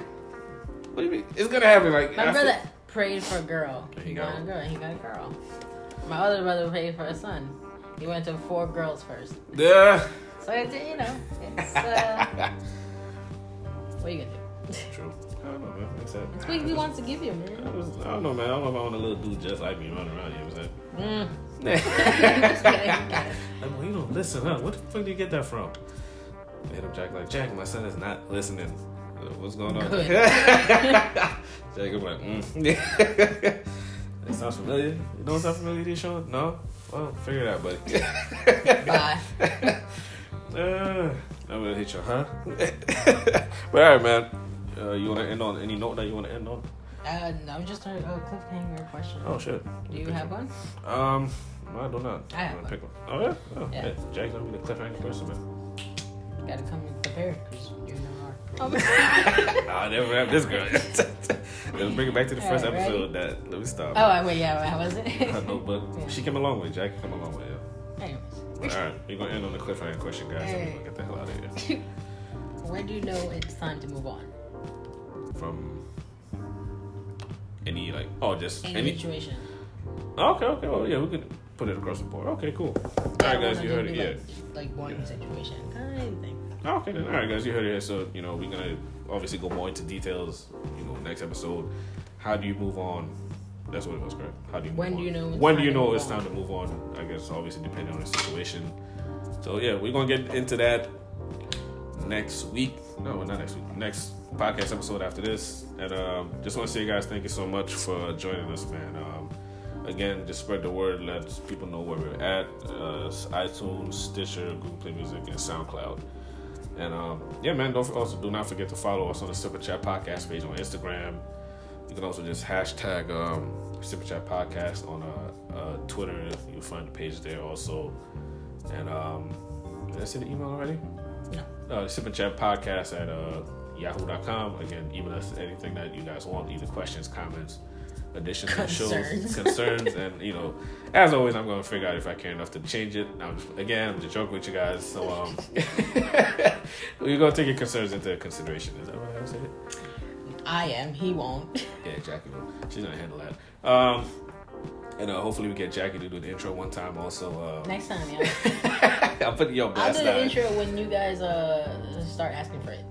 Speaker 1: What do you mean? It's gonna happen. Like
Speaker 2: My
Speaker 1: after-
Speaker 2: brother prayed for a girl.
Speaker 1: There you
Speaker 2: He
Speaker 1: go.
Speaker 2: got a girl. He got a girl. My other brother prayed for a son. He went to four girls first.
Speaker 1: Yeah.
Speaker 2: So it's you know, it's uh, what are you gonna do?
Speaker 1: True. I don't know, man. Like I said,
Speaker 2: It's what he wants to give you, man.
Speaker 1: I, was- I don't know, man. I don't know if I want a little dude just like me running around. You know what I'm saying?
Speaker 2: Mm. Just kidding.
Speaker 1: like, well, you don't listen, huh? What the fuck do you get that from? I hit up Jack like, Jack, my son is not listening. Uh, What's going on?
Speaker 2: Good.
Speaker 1: Jack, I'm like, mm. that sounds familiar. You don't sound familiar to you, Sean? No? Well, figure it out, buddy.
Speaker 2: Bye.
Speaker 1: Uh, I'm gonna hit you, huh? but all right, man. Uh, you wanna end on any note that you wanna end on?
Speaker 2: Uh, no, just a, a cliffhanger question.
Speaker 1: Oh shit.
Speaker 2: do you have one?
Speaker 1: Um, no, I do not.
Speaker 2: I have
Speaker 1: I'm gonna
Speaker 2: one.
Speaker 1: pick one. Oh yeah. Oh,
Speaker 2: Yeah.
Speaker 1: yeah. Jack's gonna be the cliffhanger person, man.
Speaker 2: You gotta come prepared because you know are.
Speaker 1: I never have this girl. Let's bring it back to the first
Speaker 2: Alright.
Speaker 1: episode. That let me stop.
Speaker 2: Oh, I- wait, yeah, how was it?
Speaker 1: I know, but
Speaker 2: Yeah.
Speaker 1: she came a long way. Jack came a long way. Yeah.
Speaker 2: Anyways,
Speaker 1: All right, we're gonna end on the cliffhanger question, guys. and We're gonna get the hell out of here.
Speaker 2: when do you know it's time to move on?
Speaker 1: From any like oh just
Speaker 2: Any,
Speaker 1: any
Speaker 2: situation.
Speaker 1: okay okay well yeah we could put it across the board okay cool all right guys you heard it yeah
Speaker 2: Like, like one
Speaker 1: Yeah.
Speaker 2: situation, kind of thing.
Speaker 1: Oh, Okay, then. All right, guys, you heard it here. So, you know, we're going to obviously go more into details, you know, next episode. How do you move on? That's what it was, correct? How do you
Speaker 2: When
Speaker 1: move
Speaker 2: do you
Speaker 1: on?
Speaker 2: know it's
Speaker 1: When do
Speaker 2: time
Speaker 1: you
Speaker 2: to
Speaker 1: know
Speaker 2: move
Speaker 1: it's
Speaker 2: on?
Speaker 1: time to move on? I guess, obviously, depending on the situation. So, yeah, we're going to get into that next week. No, not next week. Next podcast episode after this. And um, just want to say, guys, thank you so much for joining us, man. Um, again, just spread the word. Let people know where we're at. Uh, iTunes, Stitcher, Google Play Music, and SoundCloud. And um, yeah, man, don't also do not forget to follow us on the Sipper Chat Podcast page on Instagram. You can also just hashtag um, Sipper Chat Podcast on uh, uh, Twitter. You'll find the page there also. And um, did I see the email already?
Speaker 2: No.
Speaker 1: uh, sip and chat podcast at uh, yahoo.com. Again, email us anything that you guys want, either questions, comments, additions, to the shows,
Speaker 2: Concerns.
Speaker 1: concerns, and you know, as always, I'm gonna figure out if I care enough to change it. I'm just, again, I'm just joking with you guys, so um, we're gonna take your concerns into consideration. Is that what I said? It?
Speaker 2: I am. He won't.
Speaker 1: Yeah, Jackie. will. She's gonna handle that. Um, and uh, hopefully we get Jackie to do the intro one time. Also, uh,
Speaker 2: Next time, yeah.
Speaker 1: I'll put your
Speaker 2: I'll
Speaker 1: blast
Speaker 2: do the
Speaker 1: out.
Speaker 2: intro when you guys uh start asking for it.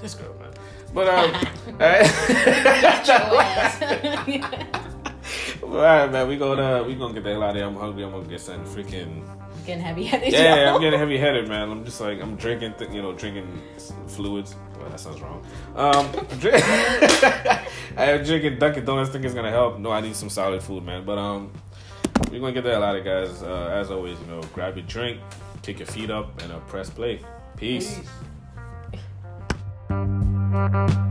Speaker 1: This girl, man. But um, all right.
Speaker 2: Go ahead.
Speaker 1: All right, man. We gonna we gonna get the hell out of here. I'm hungry. I'm gonna get some freaking.
Speaker 2: Getting heavy headed.
Speaker 1: Yeah, I'm getting heavy headed, man. I'm just like I'm drinking, th- you know, drinking s- fluids. Well, that sounds wrong. Um, drink- I am drinking Dunkin' Donuts. Think it's gonna help? No, I need some solid food, man. But um, we gonna get the hell out of here, guys. Uh, as always, you know, grab your drink, kick your feet up, and uh, press play. Peace.
Speaker 2: Peace.